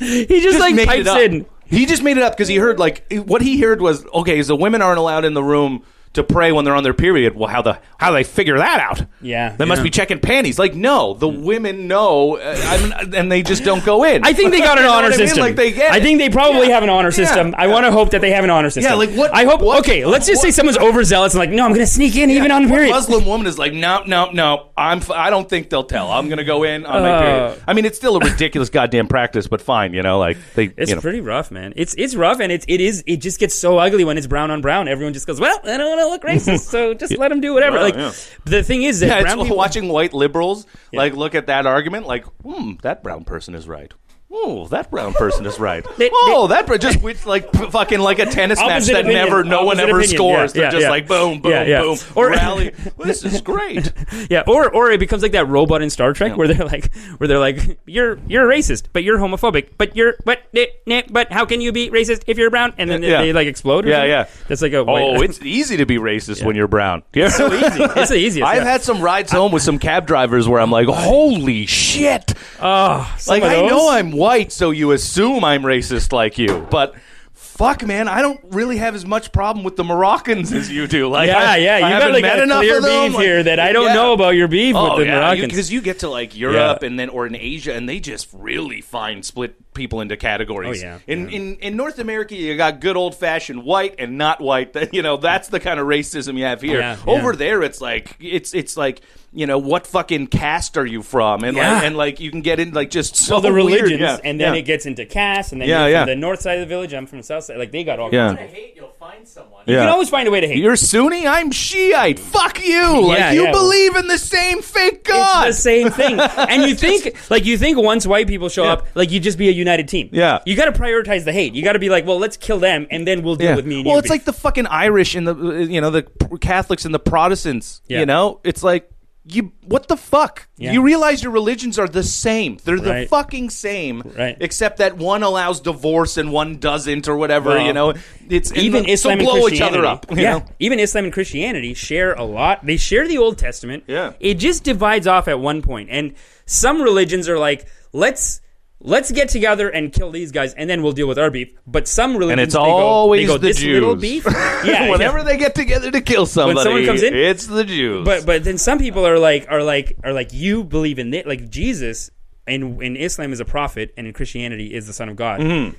Speaker 1: He just, like
Speaker 2: made
Speaker 1: pipes
Speaker 2: it up.
Speaker 1: in.
Speaker 2: He just made it up because he heard like what he heard was okay. So women aren't allowed in the room to pray when they're on their period. Well, how the how they figure that out?
Speaker 1: Yeah,
Speaker 2: they must
Speaker 1: yeah. Mm.
Speaker 2: be checking panties. Like no, the women know, uh, I mean, and they just don't go in.
Speaker 1: I think they got an
Speaker 2: You know
Speaker 1: honor
Speaker 2: what I mean?
Speaker 1: system.
Speaker 2: Like they get.
Speaker 1: I
Speaker 2: it.
Speaker 1: think they probably
Speaker 2: Yeah.
Speaker 1: have an honor
Speaker 2: Yeah.
Speaker 1: system. I want to hope that they have an honor system.
Speaker 2: like, what-
Speaker 1: I hope.
Speaker 2: what-
Speaker 1: okay, let's just say
Speaker 2: what-
Speaker 1: someone's overzealous and like, no, I'm going to sneak in even on the
Speaker 2: What
Speaker 1: period.
Speaker 2: Muslim woman is like, no, no, no. I'm. F- I don't think they'll tell. I'm gonna go in on my
Speaker 1: Uh.
Speaker 2: period. I mean, it's still a ridiculous goddamn practice, but fine. You know, like they.
Speaker 1: It's
Speaker 2: you know.
Speaker 1: pretty rough, man. It's it's rough, and it's it is it just gets so ugly when it's brown on brown. Everyone just goes, "Well, I don't want to look racist, so just let them do whatever." like
Speaker 2: yeah.
Speaker 1: the thing is that
Speaker 2: Yeah,
Speaker 1: brown
Speaker 2: it's
Speaker 1: people,
Speaker 2: watching white liberals like look at that argument like, hmm, that brown person is right. Oh, that brown person is right.
Speaker 1: They-
Speaker 2: oh, that br- just it's like p- fucking like a tennis match
Speaker 1: Opposite
Speaker 2: that
Speaker 1: opinion,
Speaker 2: never no one
Speaker 1: opposite
Speaker 2: ever
Speaker 1: opinion,
Speaker 2: scores.
Speaker 1: yeah,
Speaker 2: They're
Speaker 1: yeah,
Speaker 2: just
Speaker 1: yeah.
Speaker 2: like boom, boom,
Speaker 1: Yeah, yeah.
Speaker 2: boom.
Speaker 1: Or-
Speaker 2: Or rally. this is great.
Speaker 1: yeah, or or it becomes like that robot in Star Trek where they're like where they're like, "You're you're racist, but you're homophobic, but you're but eh, eh, but how can you be racist if you're brown?" And then
Speaker 2: Yeah.
Speaker 1: they, like explode. or
Speaker 2: Yeah,
Speaker 1: something.
Speaker 2: yeah.
Speaker 1: That's like a
Speaker 2: Oh, it's easy to be racist when you're brown. so
Speaker 1: easy. It's the easiest. yeah.
Speaker 2: I've had some rides home with some cab drivers where I'm like, holy shit.
Speaker 1: Oh, some
Speaker 2: Like
Speaker 1: of
Speaker 2: I
Speaker 1: those.
Speaker 2: know I'm white, so you assume I'm racist like you, but fuck, man, I don't really have as much problem with the Moroccans as you do. Like,
Speaker 1: Yeah,
Speaker 2: I,
Speaker 1: yeah,
Speaker 2: I
Speaker 1: you got
Speaker 2: haven't
Speaker 1: like
Speaker 2: met
Speaker 1: a
Speaker 2: enough
Speaker 1: clear
Speaker 2: of them.
Speaker 1: beef
Speaker 2: like-
Speaker 1: here that I don't
Speaker 2: Yeah.
Speaker 1: know about your beef
Speaker 2: Oh
Speaker 1: with the
Speaker 2: yeah,
Speaker 1: Moroccans.
Speaker 2: because you, get to like Europe and then or in Asia, and they just really fine split people into categories.
Speaker 1: Oh, yeah.
Speaker 2: in, in in North America, you got good old fashioned white and not white. That you know, that's the kind of racism you have here.
Speaker 1: Yeah,
Speaker 2: Over
Speaker 1: yeah.
Speaker 2: there, it's like it's it's like you know, what fucking caste are you from? And
Speaker 1: Yeah.
Speaker 2: like and like you can get in like just so
Speaker 1: Well, the
Speaker 2: weird.
Speaker 1: religions,
Speaker 2: Yeah,
Speaker 1: and then
Speaker 2: yeah.
Speaker 1: it gets into caste, and then
Speaker 2: Yeah,
Speaker 1: you're
Speaker 2: yeah.
Speaker 1: from the north side of the village. I'm from the south side. Like they got all.
Speaker 2: Yeah.
Speaker 1: kinds
Speaker 7: If you hate, you'll find someone.
Speaker 1: of- You
Speaker 2: Yeah.
Speaker 1: can always find a way to hate.
Speaker 2: You're Sunni, I'm Shiite. Fuck you. Like
Speaker 1: Yeah,
Speaker 2: you
Speaker 1: yeah.
Speaker 2: believe in the same fake god.
Speaker 1: it's the same thing, and you think like you think once white people show
Speaker 2: Yeah.
Speaker 1: up, like you just be a united team.
Speaker 2: Yeah.
Speaker 1: you got to prioritize the hate. You got to be like, well, let's kill them, and then we'll deal with me. And
Speaker 2: well,
Speaker 1: you
Speaker 2: it's like the fucking Irish and the uh, you know the Catholics and the Protestants.
Speaker 1: Yeah.
Speaker 2: You know, it's like you what the fuck?
Speaker 1: Yeah.
Speaker 2: You realize your religions are the same. They're the
Speaker 1: Right.
Speaker 2: fucking same,
Speaker 1: Right.
Speaker 2: Except that one allows divorce and one doesn't, or whatever.
Speaker 1: Well,
Speaker 2: you know, it's and
Speaker 1: even
Speaker 2: the-
Speaker 1: Islam
Speaker 2: so blow
Speaker 1: and
Speaker 2: each other
Speaker 1: Christianity-
Speaker 2: up. You
Speaker 1: yeah,
Speaker 2: know?
Speaker 1: even Islam and Christianity share a lot. They share the Old Testament.
Speaker 2: Yeah.
Speaker 1: it just divides off at one point, and some religions are like, let's. Let's get together and kill these guys, and then we'll deal with our beef. But some religions,
Speaker 2: it's
Speaker 1: they go,
Speaker 2: always
Speaker 1: they go,
Speaker 2: the
Speaker 1: this little
Speaker 2: Jews."
Speaker 1: beef. Yeah,
Speaker 2: Whenever
Speaker 1: yeah.
Speaker 2: they get together to kill somebody,
Speaker 1: comes in-
Speaker 2: it's the Jews.
Speaker 1: But but then some people are like are like are like you believe in it like Jesus and in Islam is a prophet and in Christianity is the son of God.
Speaker 2: Mm-hmm.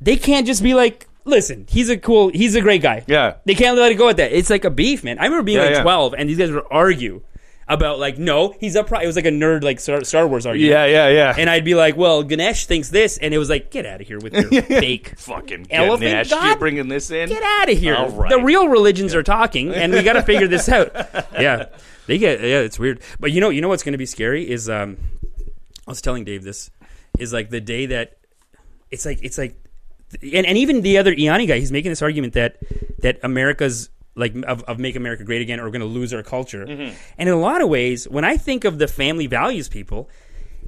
Speaker 1: They can't just be like, listen, he's a cool, he's a great guy.
Speaker 2: Yeah.
Speaker 1: they can't let it go at that. It's like a beef, man. I remember being
Speaker 2: Yeah,
Speaker 1: like
Speaker 2: yeah.
Speaker 1: twelve and these guys would argue about like, no, he's a pro. It was like a nerd like Star, Star Wars argument.
Speaker 2: yeah, yeah, yeah.
Speaker 1: And I'd be like, well, Ganesh thinks this, and it was like, get out of here with your fake
Speaker 2: fucking
Speaker 1: Elephant
Speaker 2: Ganesh,
Speaker 1: God?
Speaker 2: you bringing this in?
Speaker 1: get out of here.
Speaker 2: All right.
Speaker 1: The real religions are talking, and we got to figure this out. Yeah, they get. Yeah, it's weird. But you know, you know what's going to be scary is um, I was telling Dave this is like the day that it's like it's like and, and even the other Iani guy, he's making this argument that that America's like of, of make America great again, or we're going to lose our culture.
Speaker 2: Mm-hmm.
Speaker 1: And in a lot of ways, when I think of the family values people,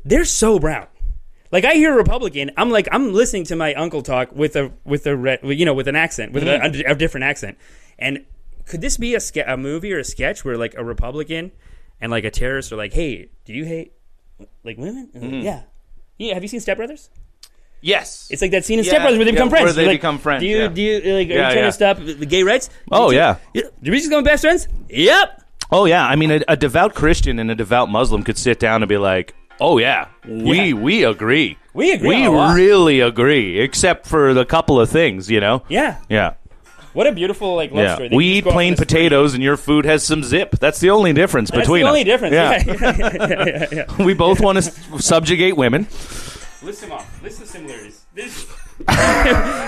Speaker 1: they're so brown. Like I hear Republican, I'm like I'm listening to my uncle talk with a with a re, you know with an accent with a-
Speaker 2: Mm-hmm.
Speaker 1: a, a different accent. And could this be a ske- a movie or a sketch where like a Republican and like a terrorist are like, hey, do you hate like women? And
Speaker 2: Mm-hmm.
Speaker 1: like, yeah. Yeah, have you seen Step Brothers?
Speaker 2: Yes.
Speaker 1: It's like that scene in
Speaker 2: Yeah,
Speaker 1: Step Brothers where they
Speaker 2: yeah,
Speaker 1: become
Speaker 2: where
Speaker 1: friends.
Speaker 2: they
Speaker 1: You're like,
Speaker 2: become friends,
Speaker 1: Do you
Speaker 2: yeah.
Speaker 1: do you like are
Speaker 2: Yeah,
Speaker 1: you trying
Speaker 2: yeah.
Speaker 1: to stop the gay rights?
Speaker 2: Oh,
Speaker 1: Do
Speaker 2: yeah.
Speaker 1: you- Do we just become best friends? Yep.
Speaker 2: Oh yeah, I mean, a, a devout Christian and a devout Muslim could sit down and be like, "Oh yeah, we
Speaker 1: Yeah.
Speaker 2: we agree,
Speaker 1: We agree
Speaker 2: we
Speaker 1: on a lot."
Speaker 2: really agree, except for the couple of things, you know."
Speaker 1: Yeah.
Speaker 2: yeah,
Speaker 1: What a beautiful like love
Speaker 2: yeah.
Speaker 1: story. They
Speaker 2: We
Speaker 1: just
Speaker 2: eat
Speaker 1: go off
Speaker 2: plain
Speaker 1: this-
Speaker 2: potatoes, and your food has some zip. That's the only difference
Speaker 1: That's
Speaker 2: between
Speaker 1: the only
Speaker 2: us.
Speaker 1: difference. Yeah. yeah, yeah, yeah, yeah.
Speaker 2: we both want to s- subjugate women.
Speaker 1: List them off. List the similarities. This-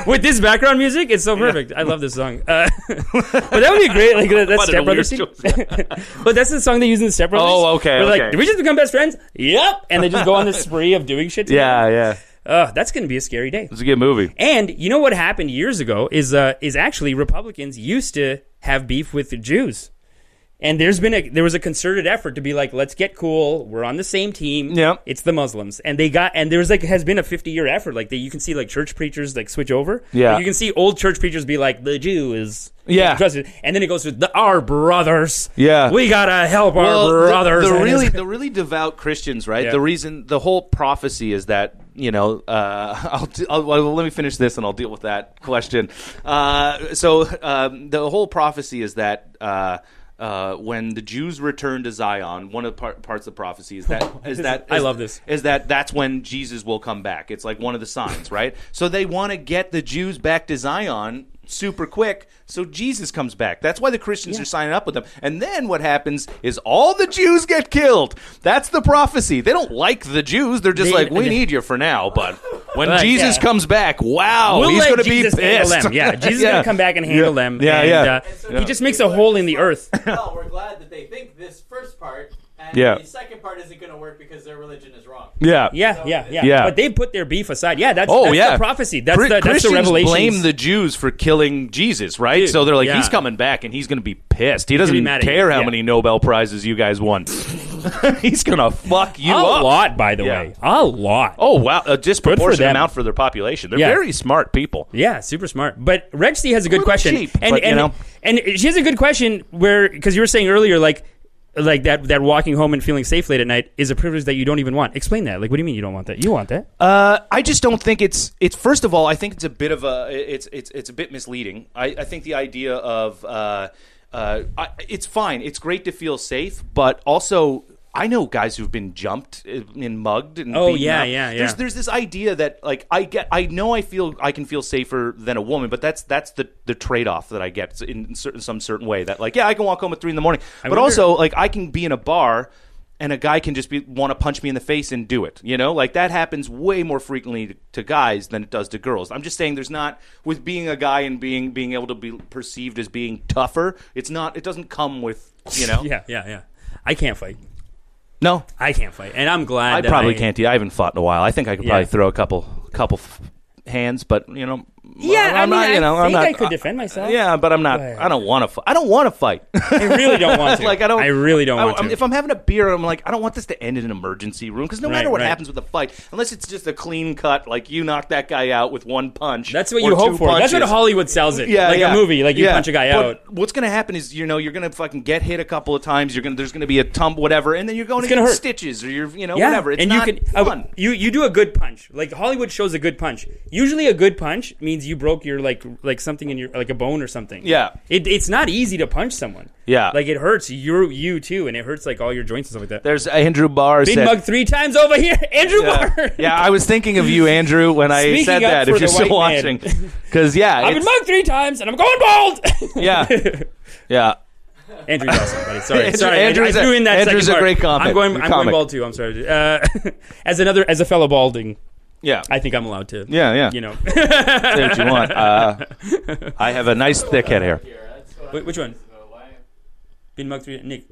Speaker 1: With this background music, it's so perfect. I love this song. Uh, but that would be great. Like that, that's
Speaker 2: What a
Speaker 1: Step Brothers.
Speaker 2: weird
Speaker 1: but that's the song they use in the Step Brothers.
Speaker 2: Oh, okay,
Speaker 1: They're
Speaker 2: okay.
Speaker 1: like, did we just become best friends? Yep. And they just go on this spree of doing shit.
Speaker 2: Yeah, yeah.
Speaker 1: Uh, that's gonna be a scary day.
Speaker 2: It's a good movie.
Speaker 1: And you know what happened years ago is uh, is actually Republicans used to have beef with the Jews, and there's been a there was a concerted effort to be like, let's get cool, we're on the same team.
Speaker 2: Yeah.
Speaker 1: it's the Muslims, and they got and there's like has been a 50 year effort like that. You can see like church preachers like switch over.
Speaker 2: Yeah.
Speaker 1: Like, you can see old church preachers be like, the Jew is
Speaker 2: Yeah.
Speaker 1: trusted, and then it goes to the our brothers.
Speaker 2: Yeah.
Speaker 1: we gotta help
Speaker 2: Well,
Speaker 1: our
Speaker 2: the-
Speaker 1: brothers.
Speaker 2: The,
Speaker 1: And it's-
Speaker 2: really, the really devout Christians, right?
Speaker 1: Yeah.
Speaker 2: The reason, the whole prophecy is that you know. Uh, I'll, d- I'll well, let me finish this, and I'll deal with that question. Uh, so um, the whole prophecy is that. Uh, uh, when the Jews return to Zion, one of the par- parts of the prophecy is that is that
Speaker 1: I
Speaker 2: is-
Speaker 1: love this.
Speaker 2: is that that's when Jesus will come back. It's like one of the signs, right? So they want to get the Jews back to Zion super quick so Jesus comes back. That's why the Christians are signing up with them. And then what happens is all the Jews get killed. That's the prophecy. They don't like the Jews. They're just
Speaker 1: They-
Speaker 2: like, we
Speaker 1: they-
Speaker 2: need you for now, but when
Speaker 1: Right,
Speaker 2: Jesus
Speaker 1: yeah.
Speaker 2: comes back, wow,
Speaker 1: We'll
Speaker 2: he's
Speaker 1: let
Speaker 2: going to be
Speaker 1: Jesus handle
Speaker 2: pissed.
Speaker 1: them. Yeah, Jesus is
Speaker 2: Yeah.
Speaker 1: gonna come back and handle them.
Speaker 2: Yeah,
Speaker 1: and,
Speaker 2: yeah.
Speaker 1: Uh, He just makes a hole in the earth.
Speaker 7: well, we're glad that they think this first part, and
Speaker 2: Yeah.
Speaker 7: the second part isn't going to work because their religion is wrong.
Speaker 2: Yeah.
Speaker 1: Yeah, yeah, yeah,
Speaker 2: Yeah.
Speaker 1: But they put their beef aside. Yeah, that's,
Speaker 2: Oh
Speaker 1: that's
Speaker 2: yeah,
Speaker 1: the prophecy. That's
Speaker 2: Chr-
Speaker 1: the that's the
Speaker 2: Christians
Speaker 1: revelation.
Speaker 2: blame the Jews for killing Jesus, right?
Speaker 1: Dude,
Speaker 2: so they're like,
Speaker 1: yeah.
Speaker 2: he's coming back, and he's going to be pissed. He doesn't
Speaker 1: be mad at
Speaker 2: care
Speaker 1: you,
Speaker 2: how
Speaker 1: yeah.
Speaker 2: many Nobel prizes you guys won. he's going to fuck you
Speaker 1: a
Speaker 2: up.
Speaker 1: lot, by the
Speaker 2: Yeah.
Speaker 1: way, a lot.
Speaker 2: Oh wow, a disproportionate
Speaker 1: them.
Speaker 2: amount for their population. They're
Speaker 1: Yeah.
Speaker 2: very smart people.
Speaker 1: Yeah, super smart. But Reg C has a good
Speaker 2: little
Speaker 1: question,
Speaker 2: cheap,
Speaker 1: and
Speaker 2: but, you
Speaker 1: and
Speaker 2: know.
Speaker 1: and she has a good question where because you were saying earlier, like like that that walking home and feeling safe late at night is a privilege that you don't even want. Explain that. Like, what do you mean you don't want that? You want that?
Speaker 2: Uh, I just don't think it's it's. First of all, I think it's a bit of a it's it's it's a bit misleading. I, I think the idea of uh, uh, I, it's fine. It's great to feel safe, but also I know guys who've been jumped uh, and mugged and
Speaker 1: Oh,
Speaker 2: beaten
Speaker 1: yeah,
Speaker 2: up.
Speaker 1: yeah, yeah.
Speaker 2: There's there's this idea that like I get I know I feel I can feel safer than a woman, but that's that's the the trade off that I get in certain some certain way that like yeah I can walk home at three in the morning, but
Speaker 1: wonder-
Speaker 2: also like I can be in a bar and a guy can just be want to punch me in the face and do it. You know, like that happens way more frequently to, to guys than it does to girls. I'm just saying there's not with being a guy and being being able to be perceived as being tougher. It's not. It doesn't come with you know.
Speaker 1: Yeah, yeah, yeah. I can't fight.
Speaker 2: No,
Speaker 1: I can't fight, and I'm glad.
Speaker 2: I
Speaker 1: that
Speaker 2: probably can't. I haven't fought in a while. I think I could
Speaker 1: Yeah.
Speaker 2: probably throw a couple couple f- hands, but you know.
Speaker 1: Yeah,
Speaker 2: I'm
Speaker 1: I mean,
Speaker 2: not, you know,
Speaker 1: I
Speaker 2: I'm
Speaker 1: think
Speaker 2: not-
Speaker 1: I could defend myself.
Speaker 2: Yeah, but I'm not.
Speaker 1: But-
Speaker 2: I don't want to. I don't want to fight.
Speaker 1: I really don't want to.
Speaker 2: like I don't.
Speaker 1: I really don't
Speaker 2: I-
Speaker 1: want
Speaker 2: I'm-
Speaker 1: to.
Speaker 2: If I'm having a beer, I'm like, I don't want this to end in an emergency room because no
Speaker 1: Right,
Speaker 2: matter what
Speaker 1: right.
Speaker 2: happens with a fight, unless it's just a clean cut, like you knock that guy out with one punch.
Speaker 1: That's what you
Speaker 2: or two
Speaker 1: hope for. That's what
Speaker 2: punches.
Speaker 1: Hollywood sells it.
Speaker 2: Yeah,
Speaker 1: like
Speaker 2: yeah.
Speaker 1: a movie. Like you
Speaker 2: Yeah.
Speaker 1: punch a guy
Speaker 2: But
Speaker 1: out.
Speaker 2: What's going to happen is you know you're going to fucking get hit a couple of times. You're going to there's going to be a tump, whatever, and then you're going
Speaker 1: It's
Speaker 2: to
Speaker 1: gonna
Speaker 2: get
Speaker 1: hurt.
Speaker 2: stitches or you're you know
Speaker 1: Yeah,
Speaker 2: whatever. It's
Speaker 1: and
Speaker 2: not
Speaker 1: you can uh,
Speaker 2: fun.
Speaker 1: you you do a good punch. Like Hollywood shows a good punch. Usually, a good punch means you broke your like like something in your like a bone or something.
Speaker 2: Yeah.
Speaker 1: it, it's not easy to punch someone.
Speaker 2: Yeah.
Speaker 1: like it hurts you you too, and it hurts like all your joints and stuff like that.
Speaker 2: there's Andrew Barr
Speaker 1: Been
Speaker 2: said.
Speaker 1: mugged three times over here, Andrew
Speaker 2: yeah,
Speaker 1: Barr.
Speaker 2: yeah, I was thinking of you, Andrew, when I
Speaker 1: Speaking
Speaker 2: said
Speaker 1: up
Speaker 2: that.
Speaker 1: for
Speaker 2: If you're
Speaker 1: the
Speaker 2: still
Speaker 1: white man.
Speaker 2: watching, because yeah,
Speaker 1: I've been
Speaker 2: it's-
Speaker 1: mugged three times, and I'm going bald.
Speaker 2: yeah, yeah.
Speaker 1: Andrew's awesome, buddy. Sorry,
Speaker 2: Andrew-
Speaker 1: sorry. I-
Speaker 2: Andrew's
Speaker 1: I,
Speaker 2: a-
Speaker 1: threw in that.
Speaker 2: Andrew's
Speaker 1: second
Speaker 2: a
Speaker 1: part.
Speaker 2: great comic-
Speaker 1: I'm going. I'm
Speaker 2: comic.
Speaker 1: going bald too. I'm sorry. Uh, as another, as a fellow balding,
Speaker 2: Yeah,
Speaker 1: I think I'm allowed to.
Speaker 2: yeah, yeah.
Speaker 1: You know,
Speaker 2: Say what you want. Uh, I have a nice thick head of hair.
Speaker 7: Here, that's what
Speaker 1: Wait, which one?
Speaker 7: So why-
Speaker 1: Been mugged three. Nick,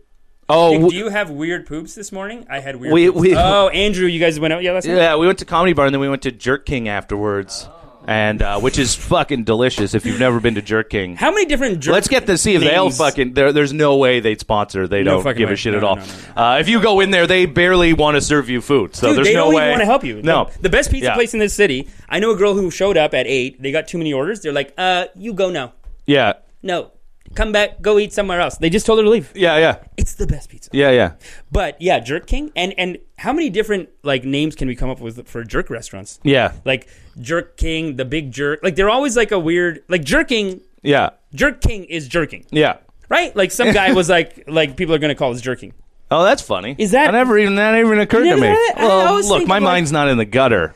Speaker 2: Oh,
Speaker 1: Nick,
Speaker 2: w-
Speaker 1: do you have weird poops this morning? I had weird.
Speaker 2: We-
Speaker 1: poops.
Speaker 2: we-
Speaker 1: oh, Andrew, you guys went out. Yeah, last night.
Speaker 2: yeah. We went to comedy bar and then we went to Jerk King afterwards. and uh, which is fucking delicious. If you've never been to Jerk King,
Speaker 1: How many different? Jerk
Speaker 2: Let's get to see if they'll
Speaker 1: names-
Speaker 2: fucking. There, there's no way they'd sponsor. They
Speaker 1: No
Speaker 2: don't
Speaker 1: fucking
Speaker 2: give
Speaker 1: way.
Speaker 2: a shit
Speaker 1: No,
Speaker 2: at all.
Speaker 1: no,
Speaker 2: Uh, if you go in there, they barely want to serve you food. So
Speaker 1: Dude,
Speaker 2: there's
Speaker 1: they
Speaker 2: no
Speaker 1: don't
Speaker 2: way.
Speaker 1: even want to help you.
Speaker 2: No,
Speaker 1: Like, the best pizza
Speaker 2: Yeah.
Speaker 1: place in this city. I know a girl who showed up at eight. They got too many orders. They're like, "Uh, you go now.
Speaker 2: Yeah,
Speaker 1: No, come back. Go eat somewhere else." They just told her to leave.
Speaker 2: yeah, yeah,
Speaker 1: It's the best pizza.
Speaker 2: yeah, yeah.
Speaker 1: But yeah, Jerk King, and and how many different like names can we come up with for jerk restaurants?
Speaker 2: Yeah,
Speaker 1: Like Jerk King, the Big Jerk. Like they're always like a weird like jerking.
Speaker 2: yeah,
Speaker 1: Jerk King is jerking,
Speaker 2: yeah.
Speaker 1: right? Like some guy was like like people are gonna call this jerking.
Speaker 2: Oh, that's funny.
Speaker 1: Is that-
Speaker 2: I never even that never even occurred
Speaker 1: You never
Speaker 2: to me?
Speaker 1: heard that? I- I
Speaker 2: Well,
Speaker 1: was
Speaker 2: look,
Speaker 1: thinking,
Speaker 2: my
Speaker 1: like-
Speaker 2: mind's not in the gutter.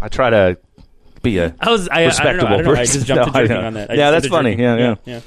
Speaker 2: I try to be a.
Speaker 1: I was I, I
Speaker 2: Respectable
Speaker 1: don't know, I don't know. I
Speaker 2: person.
Speaker 1: just jumped
Speaker 2: No,
Speaker 1: to
Speaker 2: I
Speaker 1: jerking
Speaker 2: know.
Speaker 1: on that. I
Speaker 2: Yeah,
Speaker 1: just
Speaker 2: that's
Speaker 1: said the
Speaker 2: funny.
Speaker 1: jerking.
Speaker 2: Yeah, yeah.
Speaker 1: yeah.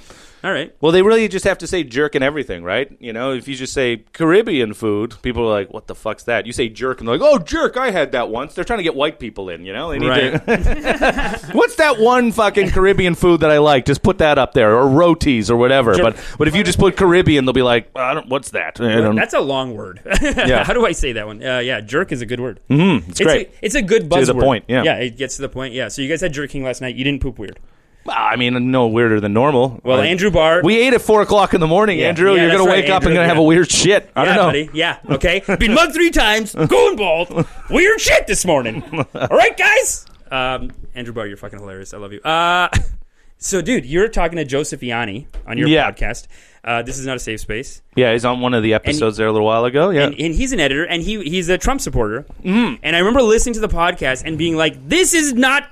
Speaker 1: All right.
Speaker 2: Well, they really just have to say jerk and everything, right? You know, if you just say Caribbean food, people are like, "What the fuck's that?" You say jerk, and they're like, "Oh, jerk! I had that once." They're trying to get white people in. You know, they need
Speaker 1: Right.
Speaker 2: to. What's that one fucking Caribbean food that I like? Just put that up there, or rotis, or whatever.
Speaker 1: Jerk.
Speaker 2: But but if you just put Caribbean, they'll be like, "I don't. What's that?" I don't-
Speaker 1: That's a long word.
Speaker 2: Yeah. Mm-hmm.
Speaker 1: How do I say that one? Uh, yeah, jerk is a good word.
Speaker 2: it's
Speaker 1: It's,
Speaker 2: great.
Speaker 1: A, it's a good buzzword.
Speaker 2: the point, yeah.
Speaker 1: Yeah, it gets to the point. Yeah. So you guys had jerking last night. You didn't poop weird.
Speaker 2: Well, I mean, no weirder than normal.
Speaker 1: Well,
Speaker 2: I-
Speaker 1: Andrew Barr.
Speaker 2: We ate at four o'clock in the morning,
Speaker 1: Yeah.
Speaker 2: Andrew.
Speaker 1: Yeah,
Speaker 2: You're gonna
Speaker 1: that's right,
Speaker 2: wake up and
Speaker 1: Andrew,
Speaker 2: gonna have
Speaker 1: yeah.
Speaker 2: a weird shit. I
Speaker 1: yeah,
Speaker 2: don't know.
Speaker 1: buddy. Yeah. Okay. Been mugged three times. Going bald. Weird shit this morning. All right, guys. Um, Andrew Barr, you're fucking hilarious. I love you. Uh, so, dude, you're talking to Joseph Ianni on your
Speaker 2: Yeah.
Speaker 1: podcast. Uh, this is not a safe space.
Speaker 2: Yeah, he's on one of the episodes there a little while ago. Yeah,
Speaker 1: and, and he's an editor and he he's a Trump supporter. Mm. And I remember listening to the podcast and being like, "This is not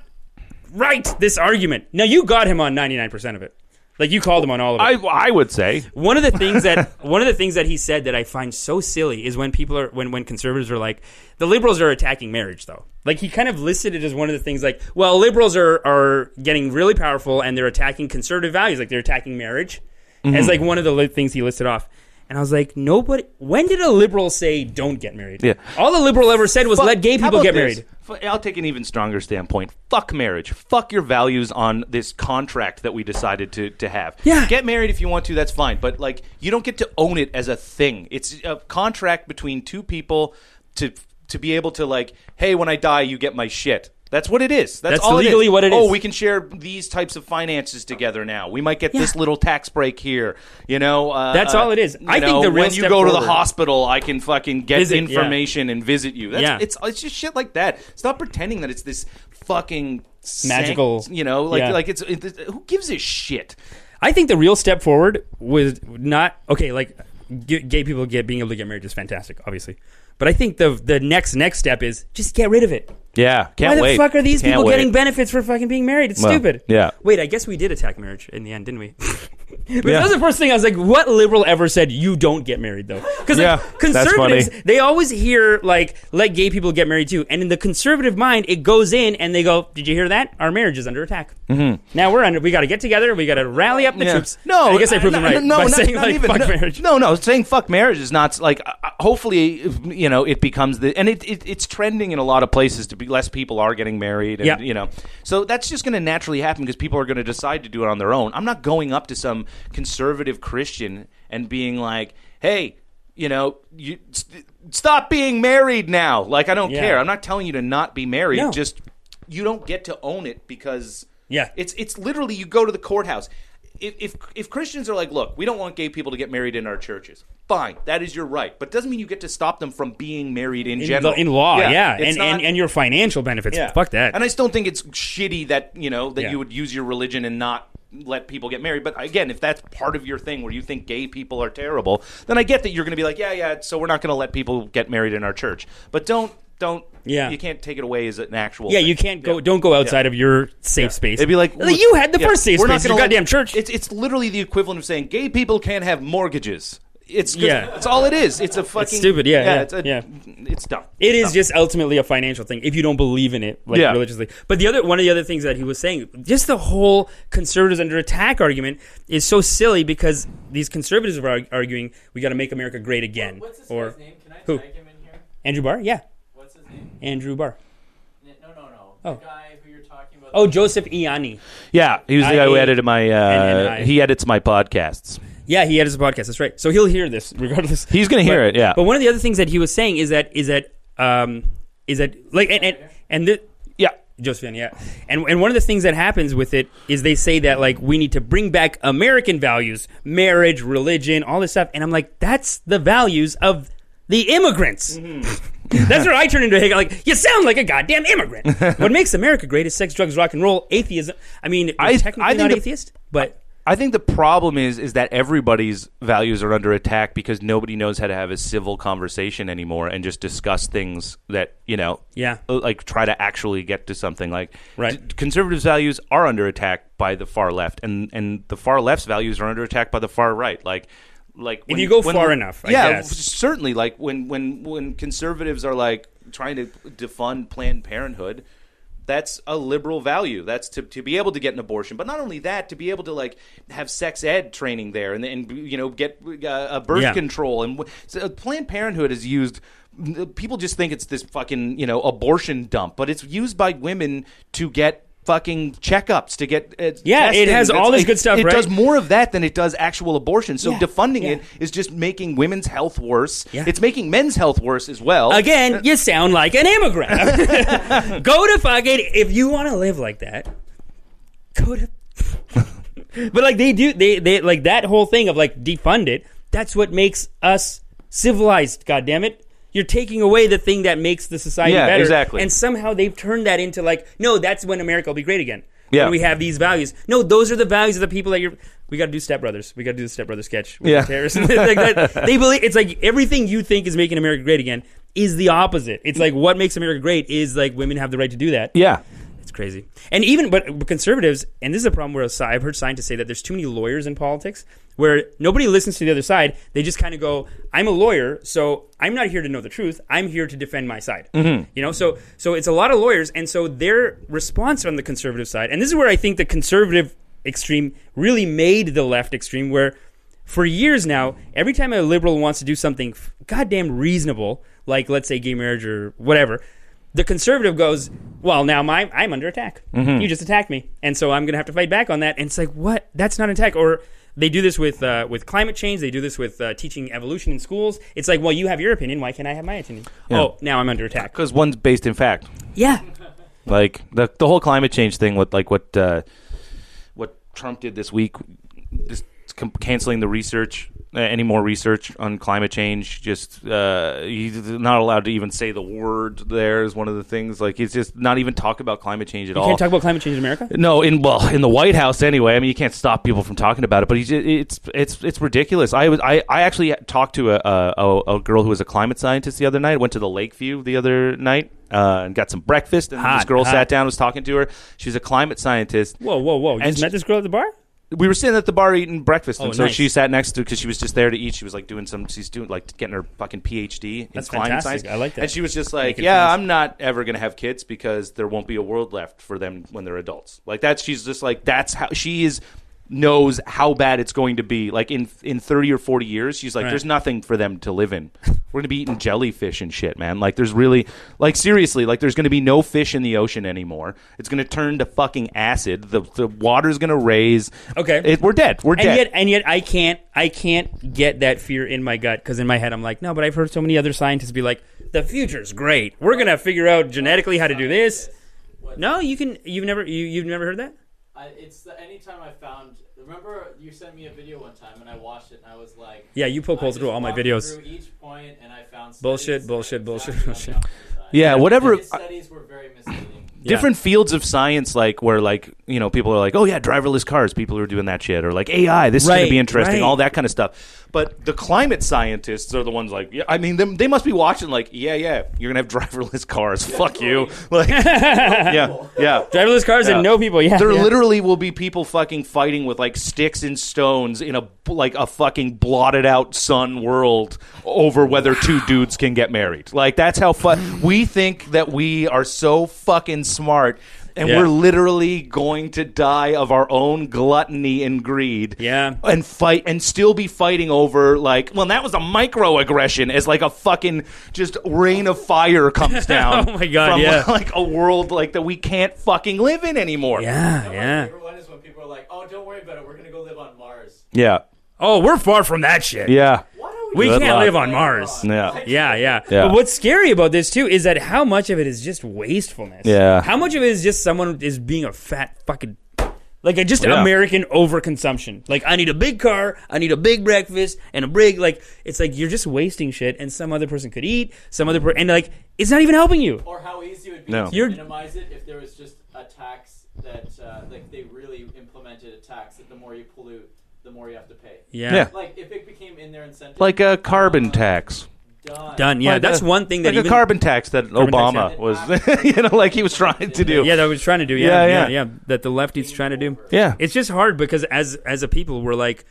Speaker 1: right. This argument." Now you got him on ninety nine percent of it. Like you called him on all of it.
Speaker 2: I I would say
Speaker 1: one of the things that one of the things that he said that I find so silly is when people are when when conservatives are like, the liberals are attacking marriage though. Like he kind of listed it as one of the things like, well, liberals are are getting really powerful and they're attacking conservative values, like they're attacking marriage
Speaker 2: Mm-hmm.
Speaker 1: as like one of the li- things he listed off. And I was like, nobody. When did a liberal say don't get married?
Speaker 2: Yeah.
Speaker 1: All a liberal ever said was
Speaker 2: Fuck-
Speaker 1: let gay
Speaker 2: how
Speaker 1: people
Speaker 2: about
Speaker 1: get
Speaker 2: this?
Speaker 1: married.
Speaker 2: F- I'll take an even stronger standpoint. Fuck marriage. Fuck your values on this contract that we decided to, to have.
Speaker 1: Yeah.
Speaker 2: Get married if you want to, that's fine. But like you don't get to own it as a thing. It's a contract between two people to to be able to like, hey, when I die, you get my shit. That's what it is. That's,
Speaker 1: That's
Speaker 2: all
Speaker 1: legally
Speaker 2: it is.
Speaker 1: what it
Speaker 2: Oh,
Speaker 1: is.
Speaker 2: we can share these types of finances together now. We might get this little tax break here. You know, uh,
Speaker 1: That's all it is.
Speaker 2: you
Speaker 1: I think
Speaker 2: know,
Speaker 1: the real
Speaker 2: when you
Speaker 1: step
Speaker 2: go to the
Speaker 1: forward-
Speaker 2: hospital, I can fucking get
Speaker 1: Visit, yeah.
Speaker 2: information and visit you. That's,
Speaker 1: Yeah.
Speaker 2: it's it's it's just shit like that. Stop pretending that it's this fucking sanct-
Speaker 1: Magical-
Speaker 2: you know, like
Speaker 1: yeah.
Speaker 2: like it's it, it- who gives a shit.
Speaker 1: I think the real step forward was not okay. Like g- gay people get being able to get married is fantastic, obviously. But I think the the next next step is just get rid of it.
Speaker 2: Yeah, can't
Speaker 1: Why the fuck are these people getting benefits for fucking being married? It's
Speaker 2: Well,
Speaker 1: stupid.
Speaker 2: yeah.
Speaker 1: Wait, I guess we did attack marriage in the end, didn't we? But That was the first thing I was like, "What liberal ever said you don't get married though?" Because
Speaker 2: Yeah,
Speaker 1: like,
Speaker 2: that's
Speaker 1: conservatives,
Speaker 2: funny.
Speaker 1: they always hear like, "Let gay people get married too," and in the conservative mind, it goes in and they go, "Did you hear that? Our marriage is under attack. Mm-hmm. Now we're under. We got to get together. We got to rally up the
Speaker 2: Yeah.
Speaker 1: troops."
Speaker 2: No, uh,
Speaker 1: And I guess I proved them right
Speaker 2: No,
Speaker 1: by
Speaker 2: not,
Speaker 1: saying
Speaker 2: not
Speaker 1: like,
Speaker 2: even,
Speaker 1: "Fuck
Speaker 2: no,
Speaker 1: marriage."
Speaker 2: No, no, saying fuck marriage is not like. Uh, uh, hopefully, you know, it becomes the and it, it it's trending in a lot of places to be less people are getting married, and
Speaker 1: Yeah.
Speaker 2: you know, so that's just going to naturally happen because people are going to decide to do it on their own. I'm not going up to some conservative Christian and being like, hey. You know, you st- stop being married now. Like I don't
Speaker 1: Yeah.
Speaker 2: care. I'm not telling you to not be married.
Speaker 1: No.
Speaker 2: Just you don't get to own it because
Speaker 1: Yeah.
Speaker 2: it's it's literally you go to the courthouse. If, if if Christians are like, look, we don't want gay people to get married in our churches. Fine, that is your right, but it doesn't mean you get to stop them from being married in,
Speaker 1: In,
Speaker 2: general
Speaker 1: the- in law, yeah,
Speaker 2: it's
Speaker 1: And,
Speaker 2: not-
Speaker 1: and and your financial benefits.
Speaker 2: yeah.
Speaker 1: Fuck that.
Speaker 2: And I still think it's shitty that you know that
Speaker 1: Yeah.
Speaker 2: you would use your religion and not let people get married. But again, if that's part of your thing where you think gay people are terrible, then I get that you're going to be like, yeah, yeah. So we're not going to let people get married in our church, but don't don't.
Speaker 1: Yeah.
Speaker 2: you can't take it away as an actual.
Speaker 1: yeah,
Speaker 2: thing.
Speaker 1: you can't go.
Speaker 2: Yeah.
Speaker 1: Don't go outside of your safe space.
Speaker 2: It'd be like
Speaker 1: you had the
Speaker 2: yeah,
Speaker 1: first safe
Speaker 2: we're not
Speaker 1: space. Your
Speaker 2: gonna let-
Speaker 1: goddamn church.
Speaker 2: It's it's literally the equivalent of saying gay people can't have mortgages. It's
Speaker 1: Yeah.
Speaker 2: yeah. It's all it is. It's a fucking
Speaker 1: stupid, yeah, yeah,
Speaker 2: it's, a,
Speaker 1: yeah.
Speaker 2: it's dumb.
Speaker 1: It is
Speaker 2: Dumb.
Speaker 1: just ultimately a financial thing if you don't believe in it like
Speaker 2: Yeah.
Speaker 1: religiously. But the other one of the other things that he was saying, just the whole conservatives under attack argument is so silly because these conservatives are arg- arguing we got to make America great again.
Speaker 7: What's this
Speaker 1: or
Speaker 7: guy's name? Can I
Speaker 1: who?
Speaker 7: tag him in here?
Speaker 1: Andrew Barr, yeah,
Speaker 7: What's his name?
Speaker 1: Andrew Barr.
Speaker 7: N- No, no, no.
Speaker 1: Oh.
Speaker 7: The guy who you're talking about.
Speaker 1: Oh, Joseph Ianni.
Speaker 2: yeah. He was the guy who
Speaker 1: I-
Speaker 2: edited my.
Speaker 1: and
Speaker 2: Uh,
Speaker 1: I.
Speaker 2: he edits my podcasts.
Speaker 1: Yeah, he edits a podcast. That's right. So he'll hear this regardless.
Speaker 2: He's gonna hear
Speaker 1: But-
Speaker 2: it, yeah.
Speaker 1: But one of the other things that he was saying is that is that um is that like and and, and the,
Speaker 2: Yeah.
Speaker 1: Josephine, yeah. And and one of the things that happens with it is they say that like we need to bring back American values, marriage, religion, all this stuff. And I'm like, that's the values of the immigrants.
Speaker 2: Mm-hmm.
Speaker 1: that's where I turn into a hick. Like you sound like a goddamn immigrant. what makes America great is sex, drugs, rock and roll, atheism. I mean, you're
Speaker 2: I-
Speaker 1: technically
Speaker 2: I think
Speaker 1: not
Speaker 2: the-
Speaker 1: atheist, but
Speaker 2: I think the problem is is that everybody's values are under attack because nobody knows how to have a civil conversation anymore and just discuss things that you know,
Speaker 1: Yeah.
Speaker 2: uh, like try to actually get to something. Like,
Speaker 1: Right.
Speaker 2: d- conservatives' values are under attack by the far left, and and the far left's values are under attack by the far right. Like, like
Speaker 1: you go far enough, I
Speaker 2: yeah,
Speaker 1: guess.
Speaker 2: certainly. Like when when when conservatives are like trying to defund Planned Parenthood that's a liberal value. That's to, to be able to get an abortion, but not only that, to be able to like have sex ed training there, and and you know get uh, a birth
Speaker 1: Yeah.
Speaker 2: control, and wh- so uh, Planned Parenthood is used. People just think it's this fucking you know abortion dump, but it's used by women to get fucking checkups to get uh,
Speaker 1: Yeah, it
Speaker 2: tested.
Speaker 1: has
Speaker 2: It's
Speaker 1: all this
Speaker 2: like-
Speaker 1: good stuff,
Speaker 2: It
Speaker 1: right?
Speaker 2: does more of that than it does actual abortion. So
Speaker 1: Yeah,
Speaker 2: defunding
Speaker 1: yeah.
Speaker 2: it is just making women's health worse.
Speaker 1: Yeah.
Speaker 2: It's making men's health worse as well. uh,
Speaker 1: Again, you sound like an immigrant. go to fucking if you want to live like that. Go to. but like they do, they they like that whole thing of like defund it. That's what makes us civilized. God damn it! You're taking away the thing that makes the society
Speaker 2: Yeah,
Speaker 1: better.
Speaker 2: exactly.
Speaker 1: And somehow they've turned that into like, no, that's when America will be great again.
Speaker 2: Yeah.
Speaker 1: When we have these values. No, those are the values of the people that you're. We got to do Step Brothers. We got to do the Step Brothers sketch. with the
Speaker 2: Yeah.
Speaker 1: terrorists. like that. They believe it's like everything you think is making America great again is the opposite. It's like what makes America great is like women have the right to do that.
Speaker 2: yeah.
Speaker 1: It's crazy. And even but, but conservatives, and this is a problem where sci- I've heard scientists say that there's too many lawyers in politics, where nobody listens to the other side. They just kind of go, "I'm a lawyer, so I'm not here to know the truth. I'm here to defend my side." You know, so so it's a lot of lawyers, and so their response on the conservative side, and this is where I think the conservative extreme really made the left extreme, where for years now, every time a liberal wants to do something f- goddamn reasonable, like let's say gay marriage or whatever, the conservative goes, "Well, now my I'm under attack. You just attacked me, and so I'm going to have to fight back on that." And it's like, what? That's not an attack. Or they do this with uh, with climate change. They do this with uh, teaching evolution in schools. It's like, well, you have your opinion. Why can't I have my opinion? Oh, now I'm under attack.
Speaker 2: Because one's based in fact.
Speaker 1: Yeah,
Speaker 2: like the the whole climate change thing with like what uh, what Trump did this week, just com- canceling the research, uh, any more research on climate change. Just uh, he's not allowed to even say the word. There is one of the things. Like he's just not even talk about climate change at all.
Speaker 1: can't talk about climate change in America.
Speaker 2: No, in well, in the White House anyway. I mean, you can't stop people from talking about it, but he's, it's it's it's ridiculous. I was I, I actually talked to a, a a- a girl who was a climate scientist the other night. Went to the Lakeview the other night uh, and got some breakfast. And this
Speaker 1: Hot,
Speaker 2: girl
Speaker 1: hot.
Speaker 2: sat down, was talking to her. She was a climate scientist.
Speaker 1: Whoa, whoa, whoa! You
Speaker 2: And
Speaker 1: just
Speaker 2: sh-
Speaker 1: met this girl at the bar.
Speaker 2: We were sitting at the bar eating breakfast, and
Speaker 1: Oh,
Speaker 2: so
Speaker 1: nice.
Speaker 2: she sat next to because she was just there to eat. She was like doing some. She's doing like getting her fucking PhD in
Speaker 1: That's
Speaker 2: climate
Speaker 1: fantastic.
Speaker 2: science.
Speaker 1: I like that.
Speaker 2: And she was just like,
Speaker 1: Making
Speaker 2: "Yeah,
Speaker 1: friends.
Speaker 2: I'm not ever gonna have kids because there won't be a world left for them when they're adults." Like that's she's just like that's how she is knows how bad it's going to be. Like in in thirty or forty years, she's like,
Speaker 1: Right.
Speaker 2: "There's nothing for them to live in. We're gonna be eating jellyfish and shit, man. Like there's really like seriously, like there's gonna be no fish in the ocean anymore. It's gonna turn to fucking acid. The the water's gonna raise.
Speaker 1: Okay.
Speaker 2: It- we're dead. We're
Speaker 1: And
Speaker 2: dead.
Speaker 1: yet, and yet, I can't, I can't get that fear in my gut because in my head, I'm like, no, but I've heard so many other scientists be like, the future's great. We're gonna figure out genetically how to do this. No, you can. You've never, you, you've never heard that.
Speaker 7: I, it's the anytime I found. Remember, you sent me a video one time, and I watched it, and I was like,
Speaker 1: Yeah, you poke
Speaker 7: I
Speaker 1: holes
Speaker 7: just
Speaker 1: through all my
Speaker 7: walked
Speaker 1: videos.
Speaker 7: Through each point, and I found studies
Speaker 1: Bullshit,
Speaker 7: that
Speaker 1: bullshit, bullshit,
Speaker 7: exactly
Speaker 1: bullshit.
Speaker 7: on the opposite side.
Speaker 2: yeah, whatever.
Speaker 7: His studies were very misleading.
Speaker 2: different fields of science like where like you know people are like oh yeah driverless cars people are doing that shit or like ai this is going
Speaker 1: Right,
Speaker 2: to be interesting
Speaker 1: right.
Speaker 2: all that kind of stuff but the climate scientists are the ones like yeah, i mean them, they must be watching like yeah yeah you're going to have driverless cars fuck you like yeah yeah
Speaker 1: Driverless cars
Speaker 2: Yeah.
Speaker 1: and no people. Yeah,
Speaker 2: there
Speaker 1: yeah.
Speaker 2: literally will be people fucking fighting with like sticks and stones in a like a fucking blotted out sun world over whether two dudes can get married. Like that's how fun we think that we are so fucking smart and
Speaker 1: Yeah.
Speaker 2: we're literally going to die of our own gluttony and greed.
Speaker 1: Yeah.
Speaker 2: And fight and still be fighting over like well that was a microaggression as like a fucking just rain of fire comes down.
Speaker 1: Oh my God,
Speaker 2: from
Speaker 1: yeah.
Speaker 2: like a world like that we can't fucking live in anymore.
Speaker 1: Yeah,
Speaker 7: My
Speaker 1: yeah.
Speaker 7: favorite one is when people are like, "Oh, don't worry about it. We're gonna go live on Mars."
Speaker 2: Yeah.
Speaker 1: Oh, we're far from that shit.
Speaker 2: Yeah.
Speaker 7: Why don't
Speaker 1: We
Speaker 2: Good
Speaker 1: can't
Speaker 2: luck.
Speaker 1: live on Mars.
Speaker 2: Yeah.
Speaker 1: Yeah, yeah,
Speaker 2: Yeah.
Speaker 1: But what's scary about this too is that how much of it is just wastefulness.
Speaker 2: Yeah.
Speaker 1: How much of it is just someone is being a fat fucking like a just
Speaker 2: Yeah.
Speaker 1: American overconsumption. Like I need a big car, I need a big breakfast and a big like it's like you're just wasting shit and some other person could eat, some other per- and like it's not even helping you.
Speaker 7: or how easy it would be
Speaker 2: No.
Speaker 7: to
Speaker 1: You're-
Speaker 7: minimize it if there was just a tax that uh, like they really implemented a tax that the more you pollute, the more you have to pay.
Speaker 1: Yeah.
Speaker 2: Yeah.
Speaker 7: Like if it became in their incentive,
Speaker 2: Like uh, a carbon tax.
Speaker 7: done.
Speaker 1: Done. Yeah,
Speaker 2: Like
Speaker 1: that's
Speaker 2: a-
Speaker 1: one thing that
Speaker 2: like
Speaker 1: even
Speaker 2: a carbon tax that
Speaker 1: Carbon tax,
Speaker 2: Obama
Speaker 1: yeah.
Speaker 2: was, you know, like he was trying to do.
Speaker 1: Yeah, that was trying to do. Yeah, yeah,
Speaker 2: Yeah,
Speaker 1: yeah,
Speaker 2: yeah.
Speaker 1: That the lefty's trying to do.
Speaker 2: Yeah.
Speaker 1: It's just hard because as as a people, we're like,